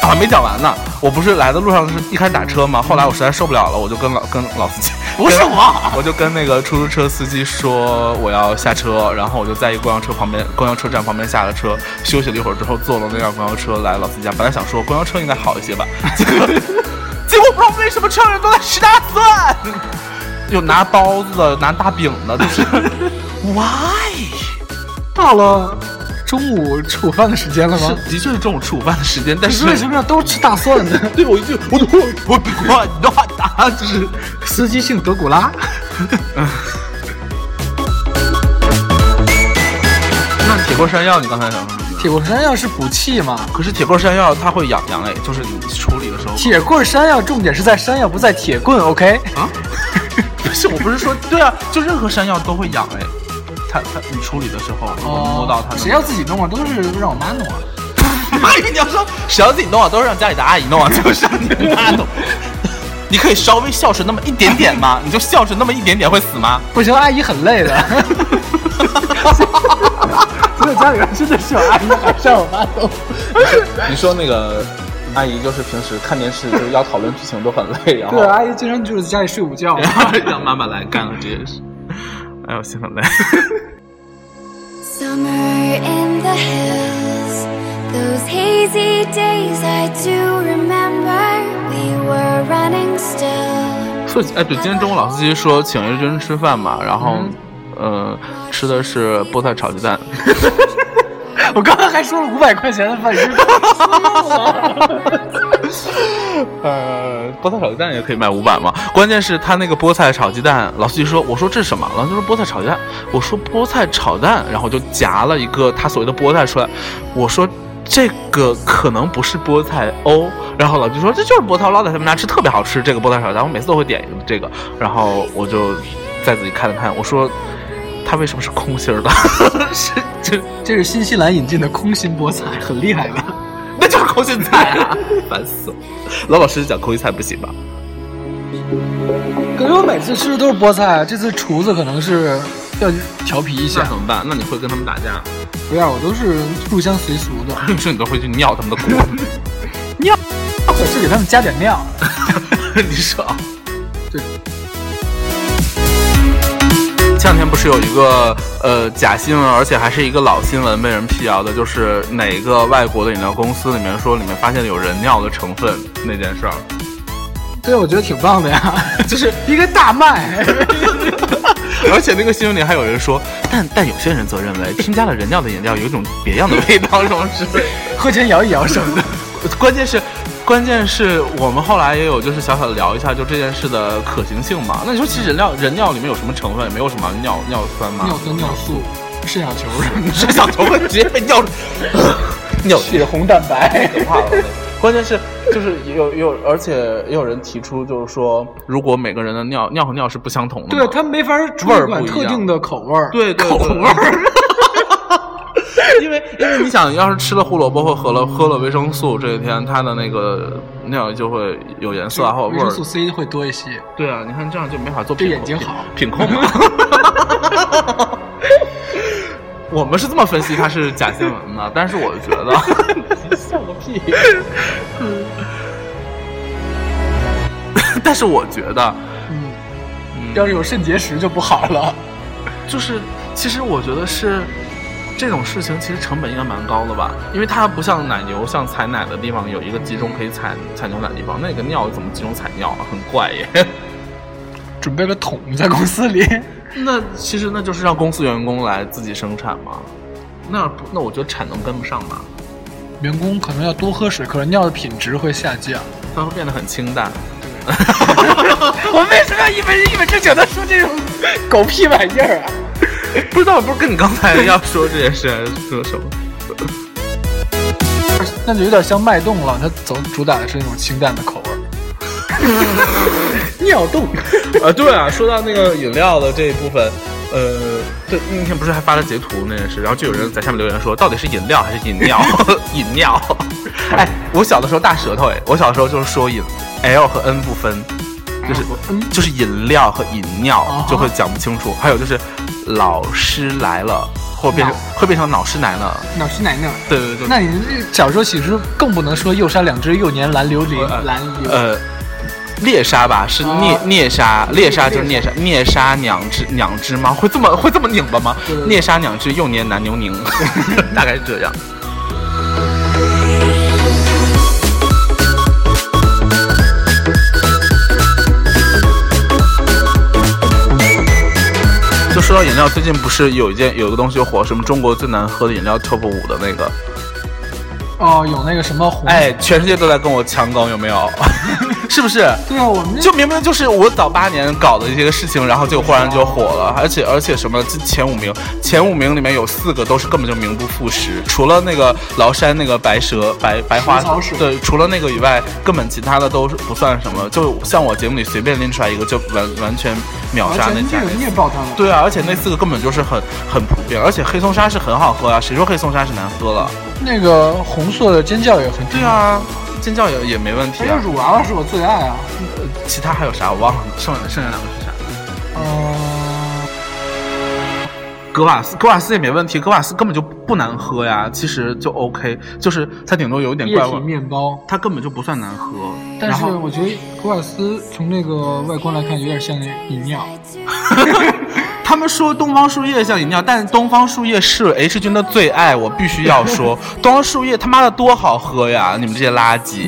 Speaker 2: 啊，没讲完呢。我不是来的路上是一开始打车嘛，后来我实在受不了了，我就跟老跟老司机，
Speaker 3: 不是我，
Speaker 2: 我就跟那个出租车司机说我要下车，然后我就在一个公交车旁边，公交车站旁边下了车，休息了一会儿之后坐了那辆公交车来老司机家。本来想说公交车应该好一些吧，结果结果不知道为什么车上都在吃大蒜，有拿包子的，拿大饼的，就 是 why。
Speaker 3: 到了中午吃午饭的时间了吗？
Speaker 2: 是，的确是中午吃午饭的时间，但是
Speaker 3: 为什么要都吃大蒜 呢？
Speaker 2: 对，我就我就我我你知道啊，就是
Speaker 3: 司机姓德古拉，
Speaker 2: 那铁锅山药，你刚才想说什么？
Speaker 3: 铁棍山药是补气嘛？
Speaker 2: 可是铁锅山药它会痒痒哎，就是你处理的时候。
Speaker 3: 铁棍山药重点是在山药，不在铁棍，OK？
Speaker 2: 啊？不是，我不是说对啊，就任何山药都会痒哎。它它你处理的时候，如果摸到它的，
Speaker 3: 谁要自己弄啊？都是让我妈弄啊。
Speaker 2: 妈呀？你要说谁要自己弄啊，都是让家里的阿姨弄啊，就是让你妈弄。你可以稍微孝顺那么一点点吗？你就孝顺那么一点点会死吗？
Speaker 3: 不行，阿姨很 累的。所以家里人真的是有阿姨喊上我妈走。
Speaker 2: 你说那个阿姨就是平时看电视就是要讨论剧情都很累，然
Speaker 3: 对，阿姨经常就是在家里睡午 觉。
Speaker 2: 让妈妈来干了这件事。 哎呦，心很 累。
Speaker 4: Summer in the hills, those hazy days I do remember. We were running still.
Speaker 2: 所以，哎，对，今天中午老司机说请一军吃饭嘛，然后，呃，吃的是菠菜炒鸡蛋。
Speaker 3: 我刚刚还说了五百块钱的饭，
Speaker 2: 呃，菠菜炒鸡蛋也可以卖五百嘛。关键是他那个菠菜炒鸡蛋，老司机说，我说这是什么？老司机说菠菜炒鸡蛋，我说菠菜炒蛋，然后就夹了一个他所谓的菠菜哦出来，我说。这个可能不是菠菜哦，然后老司机说这就是菠菜，我老在他们家吃特别好吃，这个菠菜炒鸡蛋我每次都会点这个，然后我就再仔细看了看，我说它为什么是空心儿的？ 是这
Speaker 3: 这是新西兰引进的空心菠菜，很厉害吧？
Speaker 2: 那就是空心菜啊！ 烦死了，老老实实讲空心菜不行吧？嗯
Speaker 3: 可是我每次吃的都是菠菜，啊这次厨子可能是要调皮一
Speaker 2: 那
Speaker 3: 下
Speaker 2: 怎，么办？那你会跟他们打架？
Speaker 3: 不要，我都是入乡随俗的，
Speaker 2: 你说你都会去尿他们的锅？
Speaker 3: 我是给他们加点料。
Speaker 2: 你说啊？
Speaker 3: 对。
Speaker 2: 前两天不是有一个呃假新闻，而且还是一个老新闻被人辟谣的，就是哪个外国的饮料公司里面说里面发现有人尿的成分那件事儿。
Speaker 3: 对，我觉得挺棒的呀， 就是一个大卖。
Speaker 2: 而且那个新闻里还有人说，但但有些人则认为 添加了人尿的饮料有一种别样的味道，什么之类的。
Speaker 3: 喝前摇一摇什么的。
Speaker 2: 关键是，关键是我们后来也有就是小小的聊一下，就这件事的 可行性嘛。那你说，其实人尿人尿里面有什么成分？没有什么尿尿酸嘛，
Speaker 3: 尿酸、尿素，肾小球什么的，
Speaker 2: 这小球会直接被尿尿
Speaker 3: 血红蛋白。
Speaker 2: 太可怕了。关键是，就是也有也有，而且也有人提出，就是说，如果每个人的尿尿和尿是不相同的嘛，
Speaker 3: 对，它没法主
Speaker 2: 味儿
Speaker 3: 管
Speaker 2: 不一
Speaker 3: 特
Speaker 2: 样
Speaker 3: 定的口味儿。
Speaker 2: 对对
Speaker 3: 口味儿。
Speaker 2: 因为因为你想要是吃了胡萝卜或喝了喝了维生素，这几天它的那个尿就会有颜色啊，还有味
Speaker 3: 维
Speaker 2: 儿
Speaker 3: 生。素 C 会多一些。
Speaker 2: 对啊，你看这样就没法做
Speaker 3: 对
Speaker 2: 品
Speaker 3: 眼睛好
Speaker 2: 品控嘛。 我们是这么分析它是假新闻的，但是我觉 得
Speaker 3: 笑个屁！
Speaker 2: 但是我觉得，
Speaker 3: 嗯，
Speaker 2: 嗯，
Speaker 3: 要是有肾结石就不好了。
Speaker 2: 就是，其实我觉得是这种事情，其实成本应该蛮高的吧，因为它不像奶牛，像采奶的地方有一个集中可以采采牛奶的地方，那个尿怎么集中采尿啊？很怪耶。
Speaker 3: 准备了桶在公司里，
Speaker 2: 那其实那就是让公司员工来自己生产嘛，那不那我觉得产能跟不上吧，
Speaker 3: 员工可能要多喝水，可能尿的品质会下降。
Speaker 2: 它会变得很清 淡。
Speaker 3: 我为什么要一本一本正经的说这种狗屁玩意儿啊？
Speaker 2: 不知道不是跟你刚才要说这件事还是说什么？
Speaker 3: 那就有点像脉动了，它总主打的是那种清淡的口味儿。 尿动，
Speaker 2: 啊，对啊，说到那个饮料的这一部分，呃，对，那天不是还发了截图那件事，然后就有人在下面留言说，到底是饮料还 是饮尿？饮尿。哎，我小的时候大舌头哎，我小时候就是说饮 L 和 N 不分，就是
Speaker 3: 嗯
Speaker 2: 就是饮料和饮
Speaker 3: 哦
Speaker 2: 尿就会讲不清楚，还有就是老师来了，或变成会变成老师来了，
Speaker 3: 老师奶奶。
Speaker 2: 对对对，
Speaker 3: 那你这小时候其实更不能说右山两只幼年蓝琉璃
Speaker 2: 呃，
Speaker 3: 蓝琉璃
Speaker 2: 呃，猎杀吧，是
Speaker 3: 哦
Speaker 2: 猎猎杀，猎杀就是
Speaker 3: 猎
Speaker 2: 猎杀，猎杀两只两只吗？会这么会这么拧巴吗
Speaker 3: 对对？对
Speaker 2: 猎杀两只幼年男 牛拧，大概是这样。就说到饮料，最近不是有一件有一个东西火，什么中国最难喝的饮料 Top 五的那
Speaker 3: 嗯
Speaker 2: 个，
Speaker 3: 哦，有那个什么红，
Speaker 2: 哎，全世界都在跟我抢梗，有没有？ 是不是？
Speaker 3: 对啊，我们那
Speaker 2: 就明明就是我早八年搞的一些事情，然后就忽然就火了，而且而且什么这前五名，前五名里面有四个都是根本就名不副实，除了那个崂山那个白蛇白白花
Speaker 3: 食草水
Speaker 2: 对，除了那个以外，根本其他的都是不算什么。就像我节目里随便拎出来一个，就完完全秒
Speaker 3: 完
Speaker 2: 杀那
Speaker 3: 全
Speaker 2: 家
Speaker 3: 虐。虐爆他们。
Speaker 2: 对啊，而且那四个根本就是很很普遍，而且黑松沙是很好喝啊，谁说黑松沙是难喝啊了？
Speaker 3: 那个红色的尖叫也很
Speaker 2: 对，啊，尖叫也也没问题
Speaker 3: 还有
Speaker 2: 啊。
Speaker 3: 乳娃娃是我最爱啊。
Speaker 2: 呃其他还有啥我忘了，剩剩下两个是啥？
Speaker 3: 嗯，
Speaker 2: 格瓦斯，格瓦斯也没问题，格瓦斯根本就不难喝呀，其实就 OK，就是它顶多有一点
Speaker 3: 液
Speaker 2: 怪
Speaker 3: 体
Speaker 2: 味，
Speaker 3: 面包，
Speaker 2: 它根本就不算难喝。
Speaker 3: 但
Speaker 2: 然
Speaker 3: 是
Speaker 2: 后
Speaker 3: 我觉得普尔斯从那个外观来看，有点像饮 料。
Speaker 2: 他们说东方树叶像饮料，但是东方树叶是 H 君的最爱，我必须 要说，东方树叶他妈的多好喝呀！你们这些垃圾，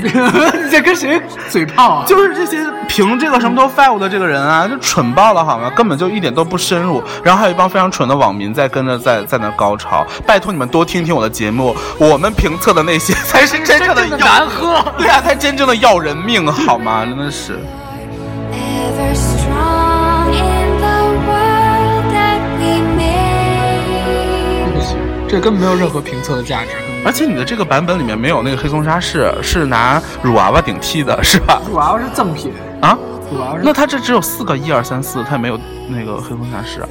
Speaker 3: 你在跟谁嘴炮啊？
Speaker 2: 就是这些凭这个什么都 five 的这个人啊，就蠢爆了好吗？根本就一点都不深入。然后还有一帮非常蠢的网民在跟着在在那高潮，拜托你们多听听我的节目，我们评测的那些 才是真正的
Speaker 3: 真正的
Speaker 2: 要
Speaker 3: 难喝
Speaker 2: 对啊，才真正的要人命好吗？真的是，
Speaker 4: Ever strong in the world that we made.
Speaker 3: 这不行，这根本没有任何评测的价值。根本
Speaker 2: 而且你的这个版本里面没有那个黑松沙士，是拿乳娃娃顶替的，是吧？
Speaker 3: 乳娃娃是赠品，
Speaker 2: 啊，
Speaker 3: 乳娃娃
Speaker 2: 那
Speaker 3: 是
Speaker 2: 它这只有四个一二三四，它也没有那个黑松沙士啊。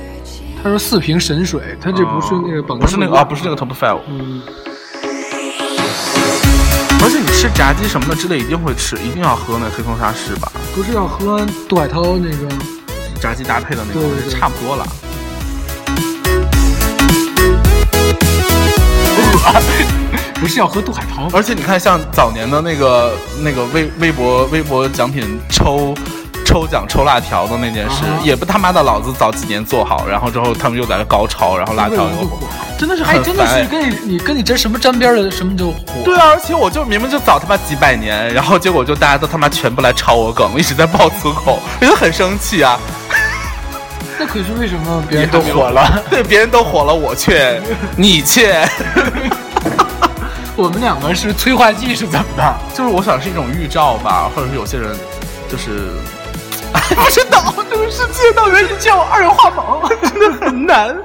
Speaker 3: 他说四瓶神水，他这不是那个本
Speaker 2: 不是那个啊，不是那个 top five。
Speaker 3: 嗯，
Speaker 2: 而且你吃炸鸡什么的之类，一定会吃，一定要喝那黑松沙士吧？
Speaker 3: 不是要喝杜海涛那个
Speaker 2: 炸鸡搭配的那
Speaker 3: 对
Speaker 2: 种，
Speaker 3: 对对
Speaker 2: 差不多了。
Speaker 3: 不是要喝杜海涛，
Speaker 2: 而且你看，像早年的那个那个微微博微博奖品抽抽奖抽辣条的那件事，
Speaker 3: 啊
Speaker 2: 也不他妈的老子早几年做好，然后之后他们又在那高潮，然后辣条
Speaker 3: 为什么
Speaker 2: 又
Speaker 3: 就火，
Speaker 2: 真的是
Speaker 3: 哎，
Speaker 2: 很
Speaker 3: 真
Speaker 2: 烦、
Speaker 3: 的是跟你你跟你这什么沾边儿的什么就火。
Speaker 2: 对啊，而且我就明明就早他妈几百年，然后结果就大家都他妈全部来抄我梗，一直在爆粗口， 我就很生气啊！
Speaker 3: 那可是为什么别人都火了？
Speaker 2: 对，别人都火了，我却你却。
Speaker 3: 我们两个是催化剂是怎么 的？
Speaker 2: 就是我想是一种预兆吧，或者是有些人就是 不知道这个世界到原是叫二氧化锰，真的很难。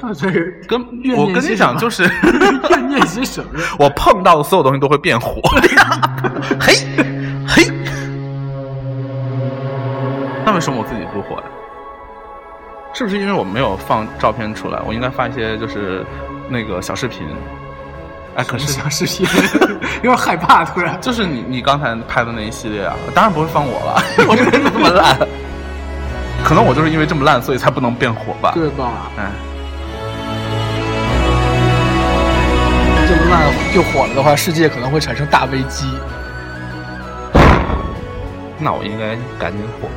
Speaker 3: 到底是
Speaker 2: 跟
Speaker 3: 怨念
Speaker 2: 我跟
Speaker 3: 些
Speaker 2: 你
Speaker 3: 什
Speaker 2: 讲，
Speaker 3: 么
Speaker 2: 就是
Speaker 3: 怨念些什么？
Speaker 2: 我碰到的所有东西都会变火， 嘿，嘿。那为什么我自己不火呀？是不是因为我没有放照片出来？我应该发一些就是那个小视频。哎，可是
Speaker 3: 想视频，有点害怕，突然。
Speaker 2: 就是你你刚才拍的那一系列啊，当然不会放我了， 我这个人那么烂，可能我就是因为这么烂，所以才不能变火吧？
Speaker 3: 对吧？
Speaker 2: 哎，
Speaker 3: 这么烂又火了的话，世界可能会产生大危机。
Speaker 2: 那我应该赶紧火，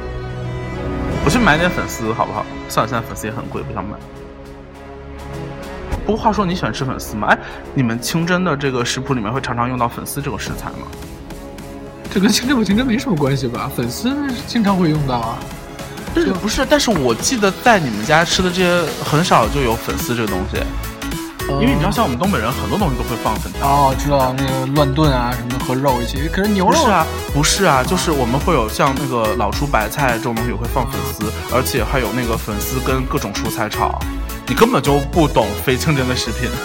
Speaker 2: 我去买点粉丝好不好？算了，现在粉丝也很贵，不想买。不过话说，你喜欢吃粉丝吗？哎，你们清真的这个食谱里面会常常用到粉丝这个食材吗？
Speaker 3: 这跟清真不清真没什么关系吧？粉丝经常会用到啊。
Speaker 2: 但是不是？但是我记得在你们家吃的这些很少就有粉丝这个东西，因为你知道，像我们东北人很多东西都会放粉条。
Speaker 3: 哦，知道那个乱炖啊，什么和肉一起。可是牛
Speaker 2: 不
Speaker 3: 肉
Speaker 2: 是啊，不是啊，就是我们会有像那个老熟白菜这种东西会放粉丝，而且还有那个粉丝跟各种蔬菜炒，你根本就不懂非清真的食品。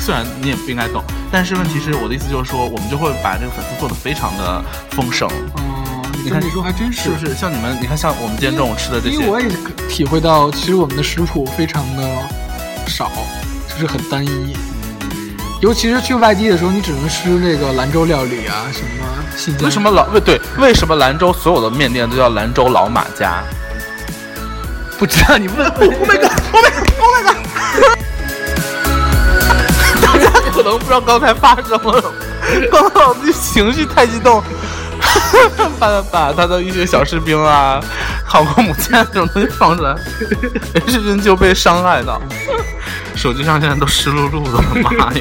Speaker 2: 虽然你也不应该懂，但是问题是我的意思就是说，我们就会把这个粉丝做的非常的丰盛，
Speaker 3: 嗯，你
Speaker 2: 你
Speaker 3: 这么
Speaker 2: 看
Speaker 3: 一说还真
Speaker 2: 是不是？像你们，你看像我们今天中午吃的这
Speaker 3: 因为我
Speaker 2: 些，
Speaker 3: 也体会到，其实我们的食谱非常的少，就是很单一。
Speaker 2: 嗯
Speaker 3: 尤其是去外地的时候，你只能吃这个兰州料理啊，什么新疆。
Speaker 2: 为什么老为对为什么兰州所有的面店都叫兰州老马家？
Speaker 3: 不知道？你问问
Speaker 2: Oh my god！Oh my god！Oh my god！大家 可能不知道刚才发生了什 么，刚才我自己情绪太激动， 把把他的一些小士兵啊、烤国母鸡啊这种东西放出来，人是真就被伤害到， 手机上现在都湿漉漉的，我的妈呀！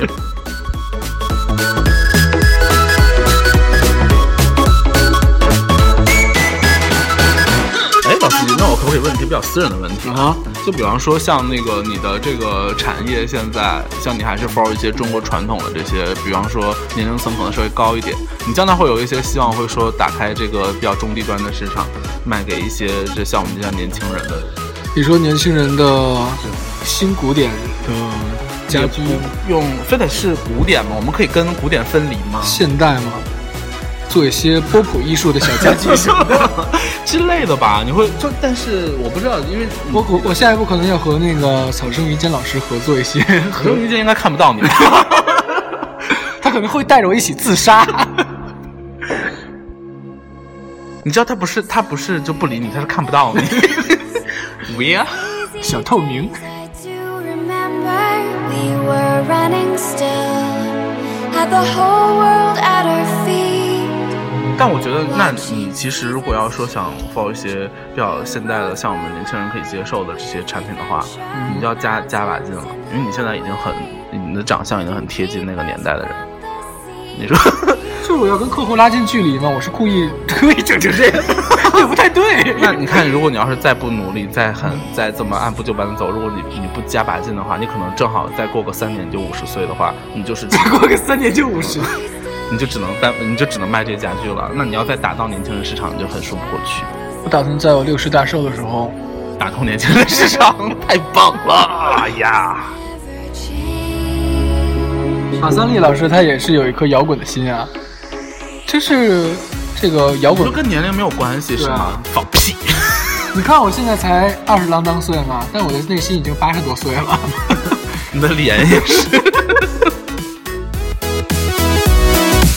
Speaker 2: 哎，老司机，那我可不可以问一些比较私人的问题
Speaker 3: 啊？
Speaker 2: 就比方说，像那个你的这个产业，现在像你还是 follow 一些中国传统的这些，比方说年龄层可能稍微高一点，你将来会有一些希望，会说打开这个比较中低端的市场，卖给一些这像我们这样年轻人的
Speaker 3: 你说年轻人的新古典的
Speaker 2: 嗯
Speaker 3: 家居
Speaker 2: 用非得是古典吗？我们可以跟古典分离吗？
Speaker 3: 现代吗？做一些波普艺术的小 家居。
Speaker 2: 之类的吧？你会就但是我不知道，因为你
Speaker 3: 我我我下一步可能要和那个草生于坚老师合作一些，
Speaker 2: 可能应该看不 到你吧。
Speaker 3: 他可能会带着我一起自杀。
Speaker 2: 你知道他不是他不是就不理你，他是看不 到你。无呀，
Speaker 3: 小透明。
Speaker 4: I do remember we were running still, had the whole world at our feet.
Speaker 2: 但我觉得，那你其实如果要说想 follow 一些比较现代的，像我们年轻人可以接受的这些产品的话，你就要加加把劲了，因为你现在已经很你的长相已经很贴近那个年代的人。你说，
Speaker 3: 就是我要跟客户拉近距离嘛，我是故意 故意整成这样， 也不太对。
Speaker 2: 那你看，如果你要是再不努力，再很再这么按部就班的走，如果你你不加把劲的话，你可能正好再过个三年你就五十岁的话，你就是
Speaker 3: 过 个三年就五十，
Speaker 2: 你就只能在你就只能卖这些家具了。那你要再打到年轻人市场，就很说不过去。
Speaker 3: 我打算在我六十大寿的时候，
Speaker 2: 打通年轻人市场，太棒了！哎呀。
Speaker 4: Never change.
Speaker 3: 马三立老师他也是有一颗摇滚的心啊，这是这个摇
Speaker 2: 我说
Speaker 3: 滚。
Speaker 2: 跟年龄没有关系是
Speaker 3: 对
Speaker 2: 吗
Speaker 3: 啊？
Speaker 2: 放屁！
Speaker 3: 你看我现在才二十郎当岁嘛，但我的内心已经八十多岁了。
Speaker 2: 你的脸也是。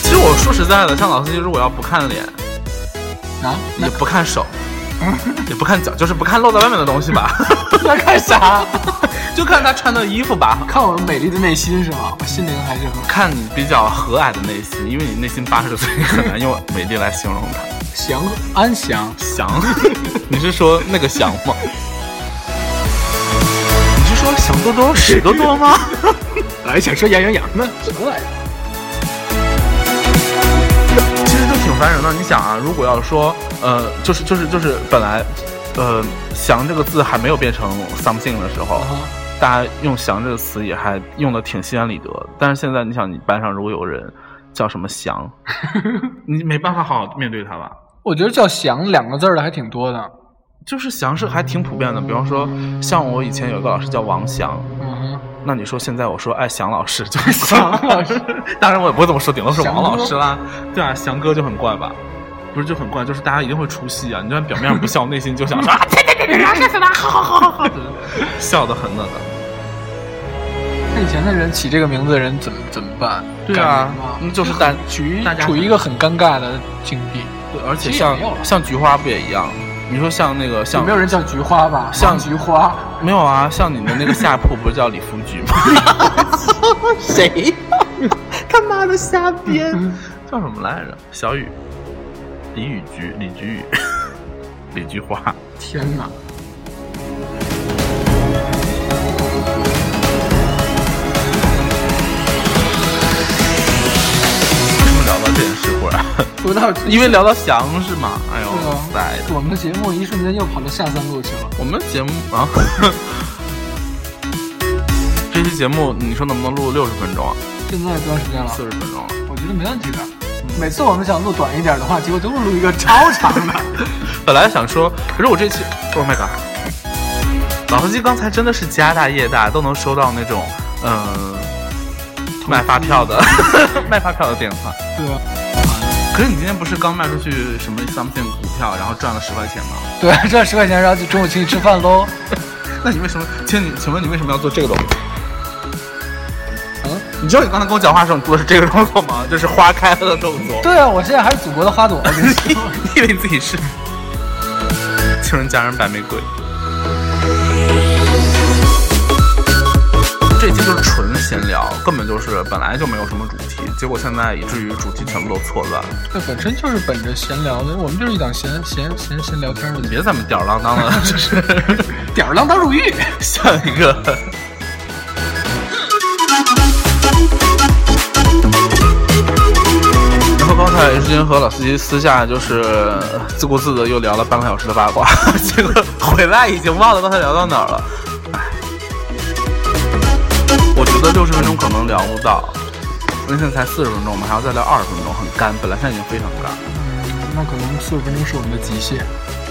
Speaker 2: 其实我说实在的，像老司机，如果要不看脸，
Speaker 3: 啊，
Speaker 2: 也不看手，也不看脚，就是不看露在外面的东西吧，
Speaker 3: 那看啥？
Speaker 2: 就看他穿的衣服吧。
Speaker 3: 看我美丽的内心是吗？我心灵还是很
Speaker 2: 看你比较和蔼的内心，因为你内心八十岁很难用美丽来形容它。
Speaker 3: 祥安详。
Speaker 2: 翔， 你是说那个翔吗？你是说翔多多屎多多吗？
Speaker 3: 来想说羊羊羊呢？什么来着？
Speaker 2: 其实就挺烦人的。你想啊，如果要说，呃，就是就是就是本来，呃，翔这个字还没有变成 something 的时候，
Speaker 3: 啊哦
Speaker 2: 大家用翔这个词也还用的挺心安理得。但是现在，你想，你班上如果有人叫什么翔，你没办法好好面对他吧？
Speaker 3: 我觉得叫祥两个字儿的还挺多的。
Speaker 2: 就是翔是还挺普遍的，比方说像我以前有一个老师叫王翔，
Speaker 3: 嗯
Speaker 2: 那你说现在我说爱翔老师就是
Speaker 3: 翔老师，
Speaker 2: 当然我也不会这么说，顶多是王
Speaker 3: 翔
Speaker 2: 老
Speaker 3: 哥
Speaker 2: 师啦。对啊，翔哥就很怪吧？不是就很怪，就是大家一定会出戏啊！你就算表面上不笑，内心就 想说啊，别别别别，别别别好好好好好，就是笑的很那个。
Speaker 3: 那以前的人起这个名字的人怎么怎么办？
Speaker 2: 对啊
Speaker 3: 改名吗
Speaker 2: 嗯就是大
Speaker 3: 处于
Speaker 2: 大家
Speaker 3: 处于一个很尴尬的境地，
Speaker 2: 对，而且
Speaker 3: 其实也
Speaker 2: 像
Speaker 3: 没有了
Speaker 2: 像菊花不也一样？你说像那个
Speaker 3: 有
Speaker 2: 像
Speaker 3: 没有人叫菊花吧？
Speaker 2: 像
Speaker 3: 王菊花，
Speaker 2: 没有啊？像你们那个下铺不是叫李福菊吗？
Speaker 3: 谁？
Speaker 2: 他妈的瞎编
Speaker 3: 嗯
Speaker 2: 叫什么来着？小雨，李雨菊，李菊雨， 李菊花。
Speaker 3: 天哪！
Speaker 2: 为什么聊到这件事忽然？
Speaker 3: 不知道，
Speaker 2: 啊 因为聊到翔是吗？哎呦，
Speaker 3: 对啊
Speaker 2: 塞！
Speaker 3: 我们的节目一瞬间又跑到下三路去了。
Speaker 2: 我们节目啊， 这期节目你说能不能录六十分钟啊？
Speaker 3: 现在多长时间了？
Speaker 2: 四十分钟啊了。
Speaker 3: 我觉得没问题的。
Speaker 2: 嗯
Speaker 3: 每次我们想录短一点的话，结果都是录一个超长 的。
Speaker 2: 本来想说，可是我这期，Oh my god，老司机刚才真的是家大业大，都能收到那种嗯、呃卖发票的 卖发票的电话。
Speaker 3: 对啊，
Speaker 2: 可是你今天不是刚卖出去什么 something 股票，然后赚了十块钱吗？
Speaker 3: 对，赚十块钱，然后就中午请你吃饭喽。
Speaker 2: 那你为什么？请你，请问你为什么要做这个动作？
Speaker 3: 嗯，
Speaker 2: 你知道你刚才跟我讲话的时候，你做的是这个动作吗？ 就是花开了的动作。
Speaker 3: 对啊，我现在还是祖国的花朵。 我跟你说
Speaker 2: 你以为你自己是情人佳人白玫瑰？这期就是纯闲聊，根本就是本来就没有什么主题，结果现在以至于主题全部都错乱。
Speaker 3: 这本身就是本着闲聊的，我们就是一档闲闲闲闲聊天的
Speaker 2: 你别咱们吊儿郎当的，就是
Speaker 3: 吊儿郎当入狱。
Speaker 2: 像一个。然后刚才也是君和老司机私下就是呃自顾自的又聊了半个小时的八卦，结果回来已经忘了刚才聊到哪儿了。唉，我觉得六十分钟可能聊不到，因为现在才四十分钟，我们还要再聊二十分钟，很干。本来现在已经非常干。
Speaker 3: 嗯那可能四十分钟是我们的极限。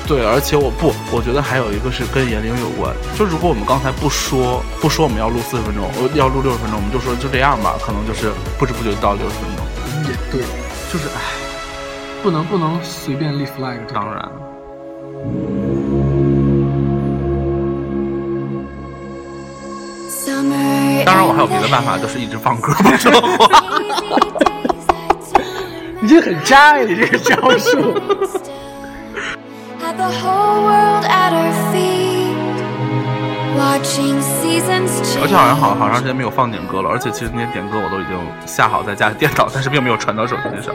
Speaker 2: 对，而且我不，我觉得还有一个是跟年龄有关。就如果我们刚才不说不说我们要录四十分钟，呃，要录六十分钟，我们就说就这样吧，可能就是不知不觉就到六十分钟。
Speaker 3: 嗯也对，
Speaker 2: 就是唉，
Speaker 3: 不能不能随便立 flag。
Speaker 2: 当然，
Speaker 4: Summer
Speaker 2: 当然我还有别的办法，就是一直放歌不说 话。
Speaker 3: 你这很渣呀，你这个招数。
Speaker 4: Had the whole world at our feet, watching seasons
Speaker 2: 而
Speaker 4: change.
Speaker 2: 且好像好好长时间没有放点歌了，而且其实那些点歌我都已经下好在家的电脑，但是并没有传到手机上。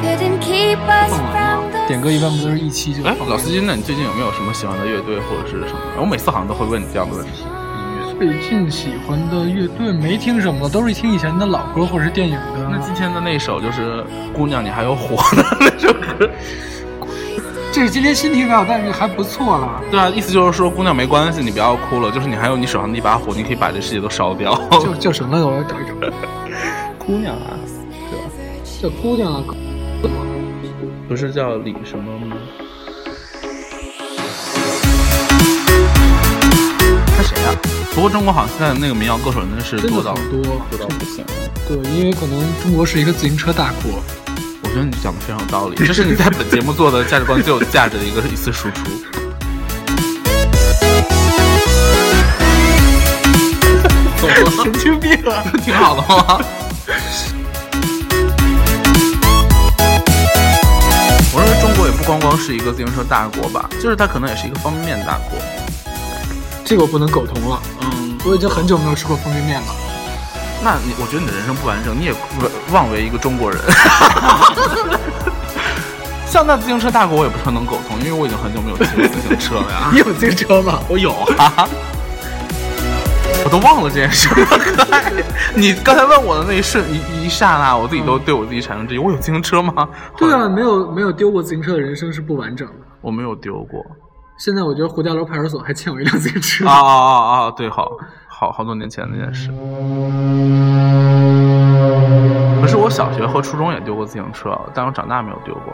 Speaker 4: Couldn't keep us from the
Speaker 3: 点歌一般不都是一期就
Speaker 2: 哎
Speaker 3: 放？，
Speaker 2: 老司机，那你最近有没有什么喜欢的乐队或者是什么？我每次好像都会问你这样的问题。
Speaker 3: 最近喜欢的乐队没听什么了，都是听以前的老歌或者是电影
Speaker 2: 那
Speaker 3: 的。
Speaker 2: 今天的那首就是《姑娘你还有火》的那首歌。
Speaker 3: 这是今天新听到，但是还不错啦。
Speaker 2: 对啊，意思就是说，姑娘没关系，你不要哭了，就是你还有你手上的一把火，你可以把这世界都烧掉。
Speaker 3: 叫叫什么来着？我要找一找。
Speaker 2: 姑娘啊，
Speaker 3: 叫姑娘啊，
Speaker 2: 不是叫李什么吗？他谁啊？不过中国好像现在那个民谣歌手真的是
Speaker 3: 真
Speaker 2: 多
Speaker 3: 的
Speaker 2: 到
Speaker 3: 很多。
Speaker 2: 多到不行。啊
Speaker 3: 对，因为可能中国是一个自行车大国。
Speaker 2: 我觉得你讲的非常有道理，这是你在本节目做的价值观最有价值的一个一次输出。
Speaker 3: 神经病啊！
Speaker 2: 挺好的吗？我认为中国也不光光是一个自行车大国吧，就是它可能也是一个方便面大国。
Speaker 3: 这个我不能苟同了，
Speaker 2: 嗯，
Speaker 3: 我已经很久没有吃过方便面了。
Speaker 2: 那你我觉得你的人生不完整，你也不妄为一个中国人。像那自行车大国，我也不是很能苟同，因为我已经很久没有骑过自行车了呀。
Speaker 3: 啊你有自行车吗？
Speaker 2: 我有啊， 我都忘了这件事了。可爱你刚才问我的那一瞬一一刹那，我自己都对我自己产生质疑：我有自行车吗？
Speaker 3: 对啊，没有没有丢过自行车的人生是不完整的。
Speaker 2: 我没有丢过。
Speaker 3: 现在我觉得胡家楼派出所还欠我一辆自行车。
Speaker 2: 啊啊啊啊！对，好好好多年前那件事。可是我小学和初中也丢过自行车，但我长大没有丢过。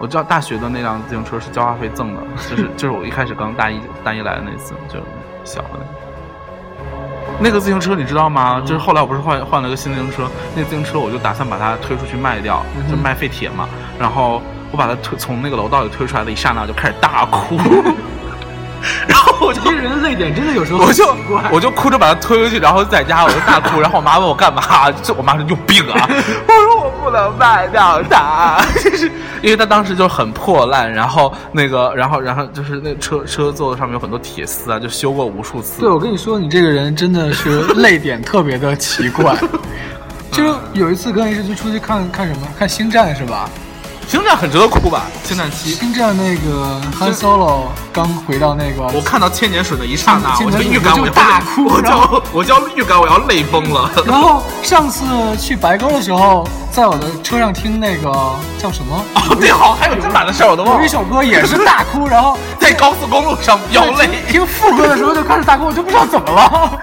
Speaker 2: 我知道大学的那辆自行车是交话费赠的，就是就是我一开始刚大一大一来的那次，就是小的那个。那个自行车你知道吗？就是后来我不是换换了个新自行车，那自行车我就打算把它推出去卖掉，就卖废铁嘛。然后我把它推从那个楼道里推出来的一刹那，我就开始大哭， 然后我就
Speaker 3: 这人泪点真的有时候
Speaker 2: 我
Speaker 3: 很奇
Speaker 2: 就
Speaker 3: 怪。
Speaker 2: 我就哭着把它推回去，然后在家我就大哭，然后我妈问我干嘛， 就我妈说你有病 啊，我说我不能卖掉它， 就是因为它当时就很破烂，然后那个然后然后就是那车车座上面有很多铁丝啊，就修过无数次。
Speaker 3: 对，我跟你说，你这个人真的是泪点特别的奇 怪。就是有一次跟 H 君出去看看什么，看《星战》是吧？
Speaker 2: 星战很值得哭吧？星战
Speaker 3: 《
Speaker 2: 七，
Speaker 3: 嗯星战》哦那个 Han Solo 刚回到那个，
Speaker 2: 我看到千年水的一刹那，
Speaker 3: 千
Speaker 2: 我就
Speaker 3: 千年
Speaker 2: 预感
Speaker 3: 水
Speaker 2: 我
Speaker 3: 就
Speaker 2: 要
Speaker 3: 大哭
Speaker 2: 我
Speaker 3: 然
Speaker 2: 就我就要预感我要泪崩了。
Speaker 3: 然后上次去白沟的时候，在我的车上听那个叫什么，
Speaker 2: 哦，对，好，还有这么大的事儿我都忘
Speaker 3: 有一
Speaker 2: 了。
Speaker 3: 首歌也是大哭， 然后
Speaker 2: 在高速公路上飙泪，
Speaker 3: 听听副歌的时候就开始大哭，我就不知道怎么 了，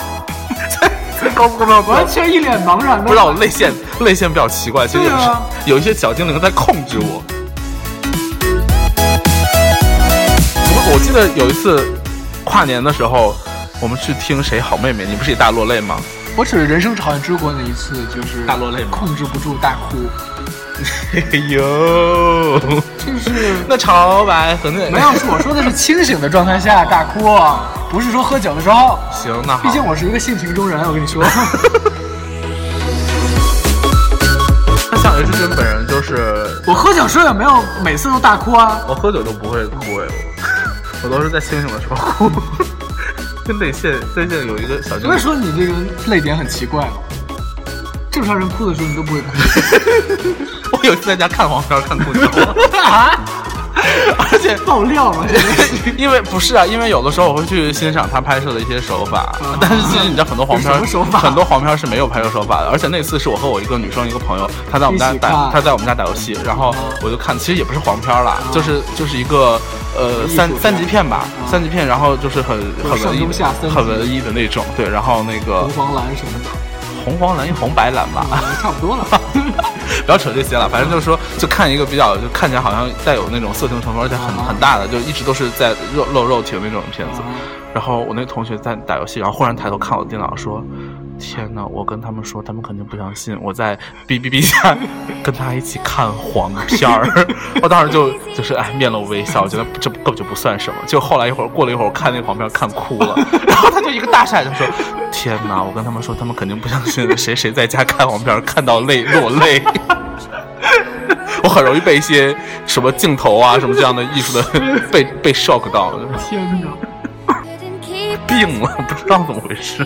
Speaker 2: 在高速公路上飙
Speaker 3: 完
Speaker 2: 泪。
Speaker 3: 全一脸茫然的。
Speaker 2: 不知道我泪腺泪腺比较奇怪，其实有
Speaker 3: 对
Speaker 2: 时
Speaker 3: 啊
Speaker 2: 有一些小精灵在控制我。我我记得有一次跨年的时候，我们去听谁好妹妹，你不是也大落泪吗？
Speaker 3: 我只是人生好像只有过那一次，就是
Speaker 2: 大落泪吗
Speaker 3: 控制不住大哭，
Speaker 2: 哎呦，
Speaker 3: 就是
Speaker 2: 那潮白和 那
Speaker 3: 没有，是我说的是清醒的状态下大哭，啊不是说喝酒的时候。
Speaker 2: 行，那好，
Speaker 3: 毕竟我是一个性情中人，我跟 你说，
Speaker 2: 那像 H 君本人就是
Speaker 3: 我喝酒时候也没有每次都大哭啊。
Speaker 2: 我喝酒都不会哭哎，我 我都是在清醒的时候哭。 跟泪腺泪腺有一个小精
Speaker 3: 所以
Speaker 2: 灵，
Speaker 3: 说你这个泪点很奇怪嘛，正常人哭的时候你都不会 哭
Speaker 2: 我有一次在家看黄片儿看哭桥。
Speaker 3: 啊？
Speaker 2: 而且
Speaker 3: 爆料 嘛，这个
Speaker 2: 因为不是啊，因为有的时候我会去欣赏他拍摄的一些手法，
Speaker 3: 啊
Speaker 2: 但是其实你知道很多黄片儿
Speaker 3: 有什么手法
Speaker 2: 很多黄片儿是没有拍摄手法的。而且那次是我和我一个女生一个朋友，她在我们家
Speaker 3: 一起看嗯
Speaker 2: 打她在我们家打游戏，然后我就看，其实也不是黄片儿啦，就是就是一个呃
Speaker 3: 艺术
Speaker 2: 三
Speaker 3: 片
Speaker 2: 三级片吧，
Speaker 3: 啊
Speaker 2: 三级片，然后就是很很
Speaker 3: 上
Speaker 2: 文艺
Speaker 3: 中下三
Speaker 2: 的
Speaker 3: 级
Speaker 2: 很文艺的那种，对，然后那个
Speaker 3: 红黄蓝什么的，
Speaker 2: 红黄蓝红白蓝吧。
Speaker 3: 啊差不多了。
Speaker 2: 不要扯这些了，反正就是说，就看一个比较，就看起来好像带有那种色情成分，而且很
Speaker 3: 啊
Speaker 2: 很大的，就一直都是在露露肉体的那种片子
Speaker 3: 啊。
Speaker 2: 然后我那同学在打游戏，然后忽然抬头看我的电脑，说：“天哪！”我跟他们说，他们肯定不相信，我在哔哔哔下跟他一起看黄片儿。我当时就就是哎面露微笑，我觉得这根本就不算什么。就后来一会儿过了一会儿，我看那黄片儿看哭了，然后他就一个大傻眼说：“天哪！”我跟他们说，他们肯定不相信，谁谁在家看黄片儿看到泪落泪。 我很容易被一些什么镜头啊、什么这样的艺术的被被 shock 到，
Speaker 3: 天哪！
Speaker 4: Couldn't keep
Speaker 2: 病了， 不知道怎么回事。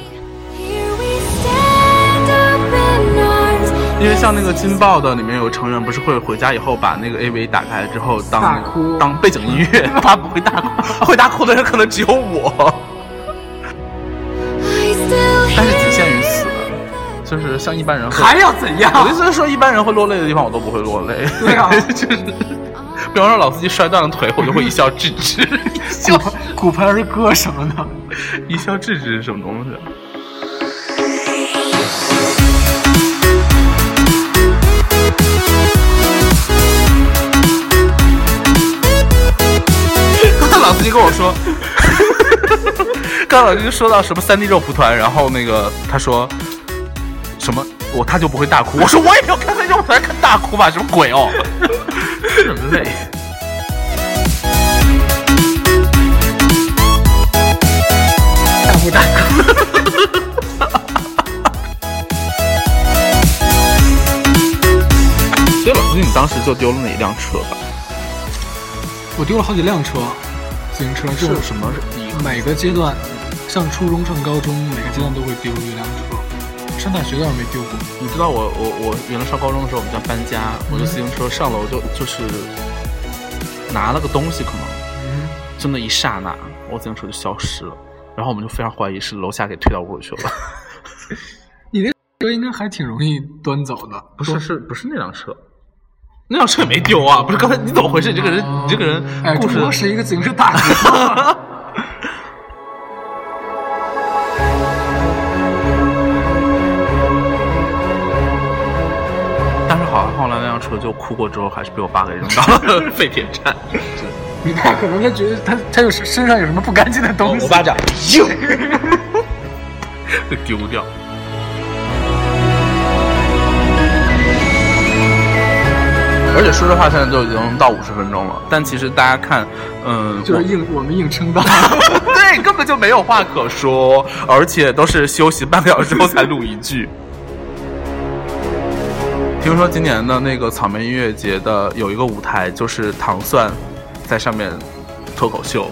Speaker 4: here we stand up in arms.
Speaker 2: 因为像那个金爆的里面有成员不是会回家以后把那个 AV 打开之后当
Speaker 3: 大哭
Speaker 2: 当背景音乐，他不会大哭， 会大哭的人可能只有我，
Speaker 4: I still
Speaker 2: 但是
Speaker 4: hear
Speaker 2: 仅限于此， 就是像一般人会。
Speaker 3: 还要怎样？
Speaker 2: 我的意思是说，一般人会落泪的地方，我都不会落泪。
Speaker 3: 对啊
Speaker 2: 就是，比方说老司机摔断了腿，我就会一笑置之，
Speaker 3: 骨盆骨盆儿歌什么的，
Speaker 2: 一笑置之是什么东西？刚才老司机跟我说，刚才老司机说到什么三 D 肉蒲团，然后那个他说什么我他就不会大哭，我说我也要看三 D 肉蒲团看大哭吧，什么鬼哦，人类。
Speaker 3: 大哭大哭。
Speaker 2: 所以老司机，你当时就丢了哪一辆车吧？
Speaker 3: 我丢了好几辆车，自行车这种
Speaker 2: 什么遗憾？
Speaker 3: 每个阶段，上初中、上高中，每个阶段都会丢一辆车。上大学倒是没丢过，
Speaker 2: 你知道我我我原来上高中的时候，我们家搬家，我就自行车上楼就就是拿了个东西，可能就那一刹那，我自行车就消失了。然后我们就非常怀疑是楼下给推到屋里去了，
Speaker 3: 这应该还挺容易端走的。
Speaker 2: 不是是不是那辆车，那辆车也没丢啊！不是刚才你怎么回事？你这个人哦你这个人
Speaker 3: 哎，
Speaker 2: 故
Speaker 3: 中
Speaker 2: 事
Speaker 3: 国是一个自行车大国。
Speaker 2: 但是好像后来那辆车就哭过之后，还是被我爸给扔到了 废铁站。
Speaker 3: 你爸可
Speaker 2: 哦
Speaker 3: 能他觉得他他有身上有什么不干净的东西。
Speaker 2: 我爸讲，会丢掉。 而且说实话，现在都已经到五十分钟了，但其实大家看，嗯，
Speaker 3: 就是
Speaker 2: 我
Speaker 3: 硬我们硬撑到。
Speaker 2: 对，根本就没有话可说，而且都是休息半个小时后才录一句。 听说今年的那个草莓音乐节的有一个舞台，就是糖蒜在上面脱口秀。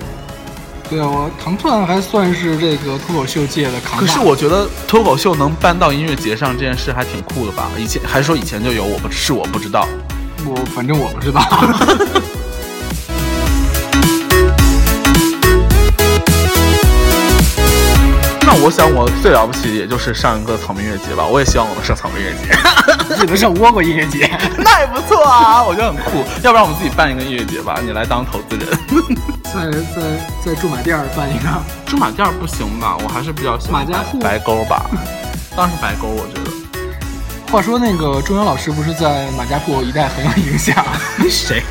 Speaker 3: 对啊，我糖蒜还算是这个脱口秀界的扛把。
Speaker 2: 可是我觉得脱口秀能搬到音乐节上这件事还挺酷的吧？以前还说以前就有，我不是我不知道。
Speaker 3: 我反正我不知道。
Speaker 2: 那我想我最了不起也就是上一个草莓音乐节吧，我也希望我能上草莓音乐 节。
Speaker 3: 你能上倭瓜音乐节？
Speaker 2: 那也不错啊，我觉得很酷。要不然我们自己办一个音乐节吧，你来当投资人。
Speaker 3: 在在在驻马店儿办一个。
Speaker 2: 驻马店儿不行吧？我还是比较喜欢
Speaker 3: 马家
Speaker 2: 白
Speaker 3: 户
Speaker 2: 白沟吧，当然是白沟，我觉得。
Speaker 3: 话说那个钟阳老师不是在马家铺一带很有影响？
Speaker 2: 谁？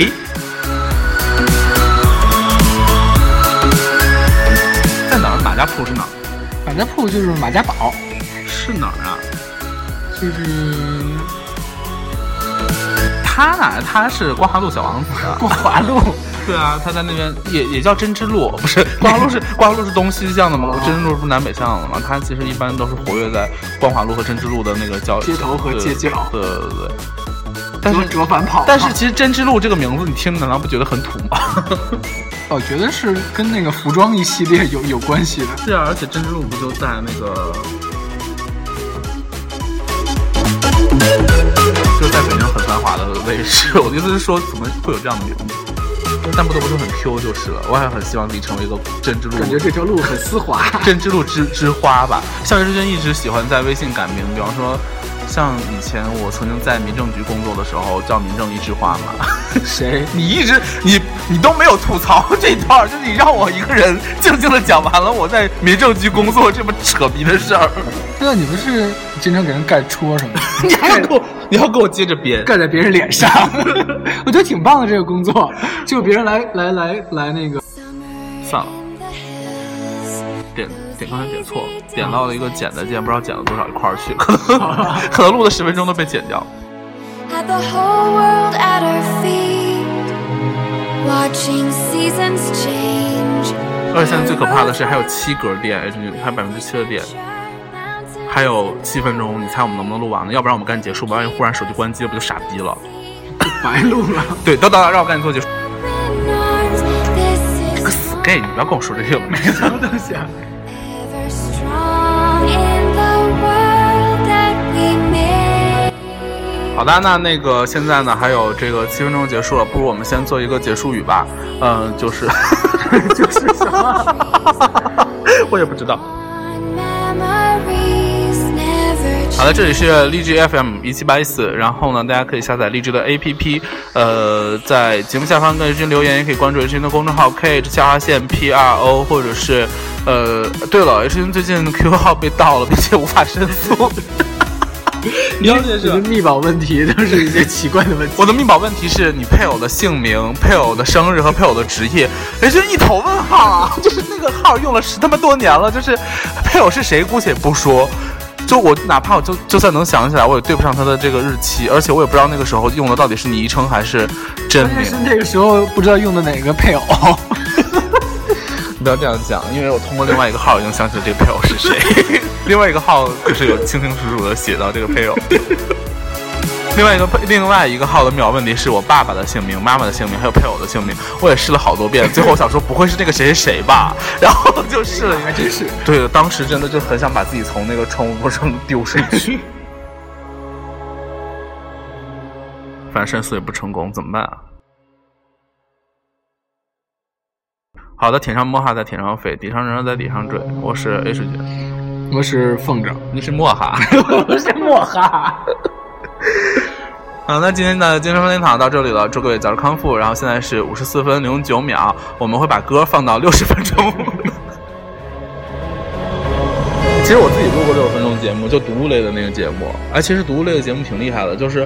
Speaker 2: 在哪儿？马家铺是哪儿？
Speaker 3: 马家铺就是马家堡，
Speaker 2: 是哪儿啊？
Speaker 3: 就是
Speaker 2: 他哪？他是光华路小王子啊。
Speaker 3: 过华路。
Speaker 2: 对啊，他在那边也也叫针织路， 不是光华路是光华路是东西向的嘛，
Speaker 3: 嗯
Speaker 2: 针织路不是南北向的嘛？它其实一般都是活跃在光华路和针织路的那个交
Speaker 3: 街头和
Speaker 2: 对
Speaker 3: 街角
Speaker 2: 对对对。 但
Speaker 3: 折
Speaker 2: 是
Speaker 3: 折返跑吗，
Speaker 2: 但是其实针织路这个名字你听着难道不觉得很土吗？
Speaker 3: 我觉得是跟那个服装一系列有有关系的。
Speaker 2: 对啊，而且针织路不就在那个，就在北京很繁华的位置。 我的意思是说，怎么会有这样的名字？但不得不说很 Q 就是了。我还很希望自己成为一个针织路
Speaker 3: 感觉这条路很丝滑。
Speaker 2: 针织路之之花吧。校园之间一直喜欢在微信改名，比方说，像以前我曾经在民政局工作的时候叫民政一枝花嘛。
Speaker 3: 谁？
Speaker 2: 你一直你你都没有吐槽这段儿，就是你让我一个人静静的讲完了我在民政局工作这么扯皮的事儿，
Speaker 3: 对啊，你不是经常给人盖戳 什么的，
Speaker 2: 你还要给我你要给我接着编。
Speaker 3: 盖在别人脸上，我觉得挺棒的这个工作，就别人来来来来那个，
Speaker 2: 算了，点点刚才点错了，点到了一个剪的键，不知道剪了多少一块儿去，可能 可能录了十分钟都被剪掉了。
Speaker 4: Had the whole world at our feet, watching seasons change.
Speaker 2: 而且现在最可怕的是还有七格电，H 女还有百分之七的电，还有七分钟，你猜我们能不能录完呢？要不然我们赶紧结束吧，万一忽然手机关机了，不就傻逼了？
Speaker 3: 白录了。
Speaker 2: 对，等等，让我赶紧做结束。
Speaker 4: Open arms, this is home.
Speaker 2: gay，你不要跟 我说这些有的没
Speaker 3: 什
Speaker 2: 的。
Speaker 3: 么东西啊？
Speaker 4: Ever strong in the world that we made.
Speaker 2: 好的，那那个现在呢，还有这个七分钟结束了，不如我们先做一个结束语吧。嗯、就是 就是什么，我也不知道。
Speaker 4: On memories never
Speaker 2: 好的，这里是荔枝 FM 一七八一四，然后呢，大家可以下载荔枝的 APP，呃，在节目下方跟 H 君留言，也可以关注 H 君的公众号 KH 下划线 PRO，或者是呃，对了，H 君最近的 QQ 号被盗了，并且无法申诉。 你了解
Speaker 3: 你的密保问题都是一些奇怪的问题。
Speaker 2: 我的密保问题是你配偶的姓名、配偶的生日和配偶的职业，也就是一头问号啊！ 就是那个号用了十他妈多年了，就是配偶是谁姑且不说，就我哪怕我就就算能想起来，我也对不上他的这个日期，而且我也不知道那个时候用的到底是昵称还是真
Speaker 3: 关键
Speaker 2: 名
Speaker 3: 是。那个时候不知道用的哪个配偶，
Speaker 2: 你不要这样讲，因为我通过另外一个号已经想起了这个配偶是谁， 另外一个号就是有清清楚楚的写到这个配偶。另外一个配另外一个号的秒问题是我爸爸的姓名、妈妈的姓名，还有配偶的姓名，我也试了好多遍，最后我想说不会是那个谁谁谁吧，然后就试了一
Speaker 3: 还
Speaker 2: 遍。
Speaker 3: 真是。
Speaker 2: 对的，当时真的就很想把自己从那个窗户上丢出去，反正申诉也不成功，怎么办啊？好的，舔上摸哈，在舔上飞，底上人儿在底上坠。我是 H 君，
Speaker 3: 我是凤爪，
Speaker 2: 你是莫哈。
Speaker 3: 我是莫哈。
Speaker 2: 好，啊那今天的精神分裂堂到这里了，祝各位早日康复。然后现在是五十四分零九秒，我们会把歌放到六十分钟。 其实我自己录过六十分钟节目，就读物类的那个节目。哎，其实读物类的节目挺厉害的，就是，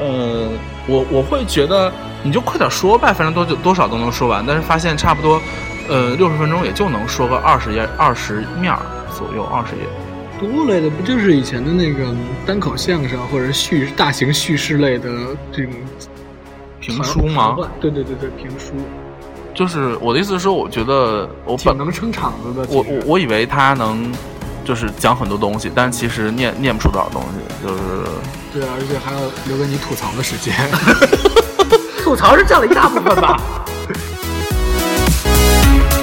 Speaker 2: 呃，我我会觉得你就快点说吧，反正多久多少都能说完。但是发现差不多，呃，六十分钟也就能说个二十页、二十面儿左右，二十页。
Speaker 3: 读物类的不就是以前的那个单口相声或者叙大型叙事类的这种
Speaker 2: 评书吗？
Speaker 3: 对对对对，评书
Speaker 2: 就是我的意思是说，我觉得我
Speaker 3: 挺
Speaker 2: 本
Speaker 3: 能撑场子的。
Speaker 2: 我
Speaker 3: 其
Speaker 2: 我
Speaker 3: 实
Speaker 2: 我以为他能就是讲很多东西，但其实念念不出多少东西，就是
Speaker 3: 对，而且还要留给你吐槽的时间。 吐槽是占了一大部分 吧？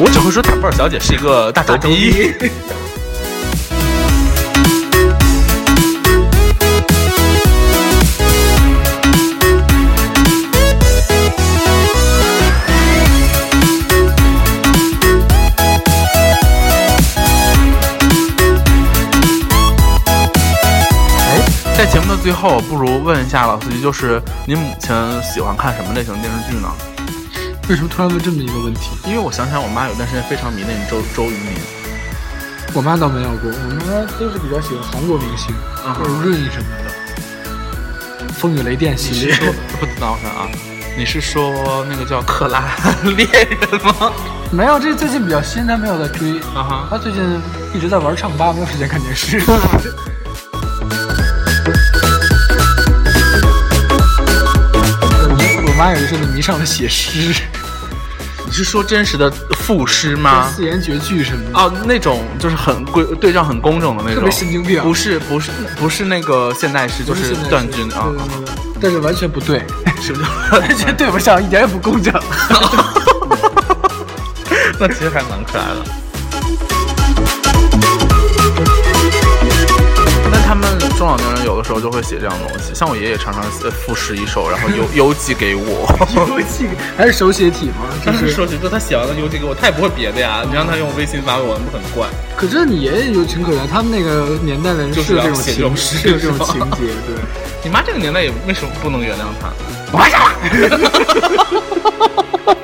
Speaker 2: 我只会说塔布尔小姐是一个大头 逼。哎，在节目的最后，不如问一下老司机，就是您母亲喜欢看什么类型的电视剧呢？
Speaker 3: 为什么突然问这么一个问题？
Speaker 2: 因为我想起来，我妈有段时间非常迷恋周周渝民。
Speaker 3: 我妈倒没有过，我妈都是比较喜欢韩国明星，
Speaker 2: 嗯
Speaker 3: 或者润什么的，风雨雷电系列。
Speaker 2: 不等我看啊，你是说那个叫《克 拉猎人》吗？
Speaker 3: 没有，这最近比较新，她没有在追。
Speaker 2: 啊哈，
Speaker 3: 她最近一直在玩唱吧，没有时间看电视。 我妈有一阵子迷上了写诗，
Speaker 2: 你是说真实的赋诗吗？
Speaker 3: 四言绝句什么的。
Speaker 2: 哦，那种就是很规对仗很工整的那种，
Speaker 3: 特别神经病
Speaker 2: 不是不是不是那个现代诗，就
Speaker 3: 不现代诗
Speaker 2: 断句啊，
Speaker 3: 对对对对但是完全不 对，
Speaker 2: 是不
Speaker 3: 完全
Speaker 2: 是？
Speaker 3: 对不上，一点也不工整。
Speaker 2: 那其实还蛮可爱的。但他们中老年人有的时候就会写这样的东西，像我爷爷常常写赋诗一首，然后 邮邮寄给我。
Speaker 3: 游戏还是手写体吗？就
Speaker 2: 当时
Speaker 3: 是，
Speaker 2: 说起说他写完了邮寄给我，他也不会别的呀。你让他用微信发给我，不很怪？
Speaker 3: 可是你爷爷有情可原，他们那个年代的人
Speaker 2: 就是
Speaker 3: 有
Speaker 2: 要
Speaker 3: 这种
Speaker 2: 写这
Speaker 3: 情，
Speaker 2: 种
Speaker 3: 是
Speaker 2: 诗
Speaker 3: 有这种
Speaker 2: 是吧
Speaker 3: 情节，对。
Speaker 2: 你妈这个年代也为什么不能原谅他？
Speaker 3: 完事了。
Speaker 2: 啊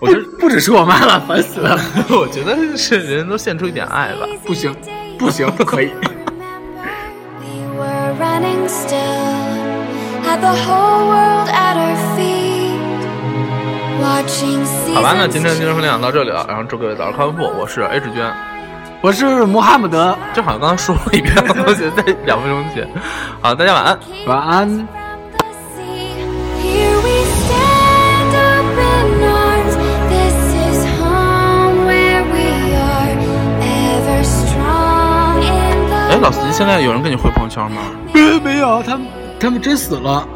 Speaker 2: 我觉得，
Speaker 3: 不只是我妈了，烦死了。
Speaker 2: 我觉得是人都献出一点爱吧。
Speaker 3: 不行，不行，不可以。
Speaker 4: We were running still, had the whole world at our feet, watching
Speaker 2: 好吧，那今天
Speaker 4: seasons
Speaker 2: 的精神分享到这里了，然后祝各位早日康复。我是 H 娟，
Speaker 3: 我是穆哈姆德，
Speaker 2: 正好刚刚说了一遍，我觉得在两分钟 前。好，大家晚安。
Speaker 4: change.
Speaker 3: 晚安。
Speaker 4: From the sea, here we stand open arms. This is home where we are, ever strong in
Speaker 2: 哎，老司机，
Speaker 4: the
Speaker 2: 现在有人跟你回朋友圈吗？
Speaker 3: 呃没有，他们他们真死了。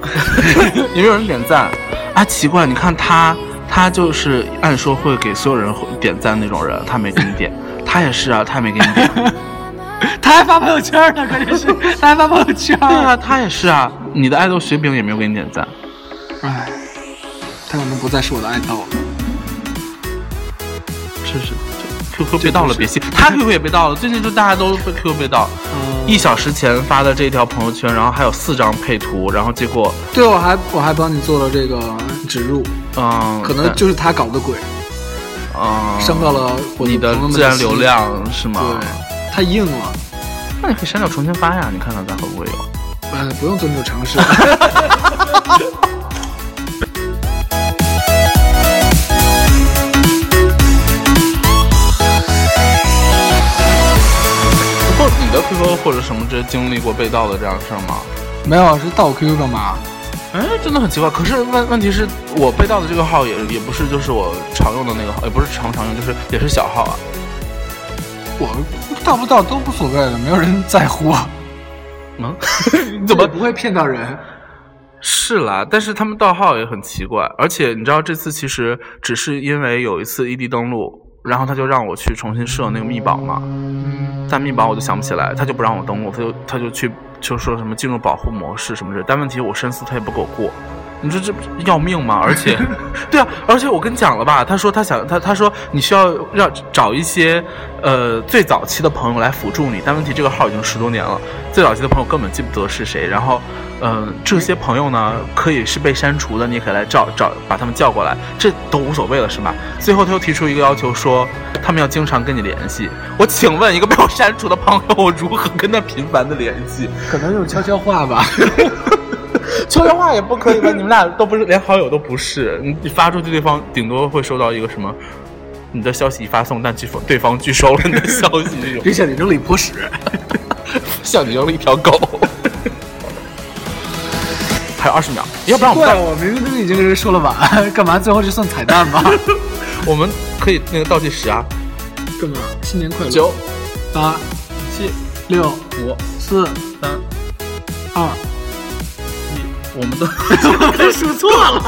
Speaker 2: 有没有人点赞？啊，奇怪，你看他，他就是按说会给所有人回点赞那种人，他没给你 点，他也是啊，他也没给你点。
Speaker 3: 他还发朋友圈呢，关键是他还发朋友圈。
Speaker 2: 对啊，他也是啊。你的爱豆雪饼也没有给你点赞。
Speaker 3: 唉，他可能不再是我的爱豆了。
Speaker 2: 是是就，QQ 被盗了别信，他 QQ 也被盗了。最近就大家都被 QQ 被盗，
Speaker 3: 嗯
Speaker 2: 一小时前发的这条朋友圈，然后还有四张配图，然后结果，
Speaker 3: 对，我还我还帮你做了这个植入，
Speaker 2: 嗯，
Speaker 3: 可能就是他搞的鬼，
Speaker 2: 嗯
Speaker 3: 伤到了我
Speaker 2: 你
Speaker 3: 的
Speaker 2: 的
Speaker 3: 朋友们
Speaker 2: 自然
Speaker 3: 心
Speaker 2: 流。量是吗？
Speaker 3: 对，太硬了，
Speaker 2: 那你可以删掉重新发呀，你看看咱会不会有。
Speaker 3: 嗯，不用尊重常 识。
Speaker 2: 不过你的 QQ 或者什么这经历过被盗的这样的事儿吗？
Speaker 3: 没有，啊是盗我 QQ 干嘛？
Speaker 2: 哎，真的很奇怪。可是问问题是我被盗的这个号也也不是就是我常用的那个号，也不是常不常用，就是也是小号啊。
Speaker 3: 我盗不盗都无所谓了，没有人在乎。
Speaker 2: 嗯， 你 怎么
Speaker 3: 也不会骗到人？
Speaker 2: 是啦，但是他们盗号也很奇怪，而且你知道这次其实只是因为有一次异地登录，然后他就让我去重新设那个密保嘛，
Speaker 3: 嗯
Speaker 2: 但密保我就想不起来，他就不让我登录，他就他就去就说什么进入保护模式什么之类，但问题我申诉他也不给我过。你说这不是要命吗？而且，对啊，而且我跟你讲了吧，他说他想他他说你需要让找一些呃最早期的朋友来辅助你，但问题这个号已经十多年了，最早期的朋友根本记不得是谁。然后，嗯、这些朋友呢可以是被删除的，你也可以来找找把他们叫过来，这都无所谓了是吧？最后他又提出一个要求说，他们要经常跟你联系。我请问一个被我删除的朋友，我如何跟他频繁的联系？
Speaker 3: 可能就是悄悄话吧。
Speaker 2: 悄悄话也不 可以吧？你们俩都不是连好友都不是，你你发出去，对方顶多会收到一个什么，你的消息已发送，但拒否对方拒收了你的消息这 种，
Speaker 3: 别向你扔了一泼屎。
Speaker 2: 像你扔了一条狗。 还有二十秒，要不然我们
Speaker 3: 怪
Speaker 2: 到
Speaker 3: 我明明都已经说了晚安，干嘛最后就算彩蛋吧？
Speaker 2: 我们可以那个倒计时啊，
Speaker 3: 干嘛？新年快乐！
Speaker 2: 九
Speaker 3: 八
Speaker 2: 七
Speaker 3: 六
Speaker 2: 五
Speaker 3: 四
Speaker 2: 三
Speaker 3: 二，
Speaker 2: 一，我们的。啊
Speaker 3: 数错了。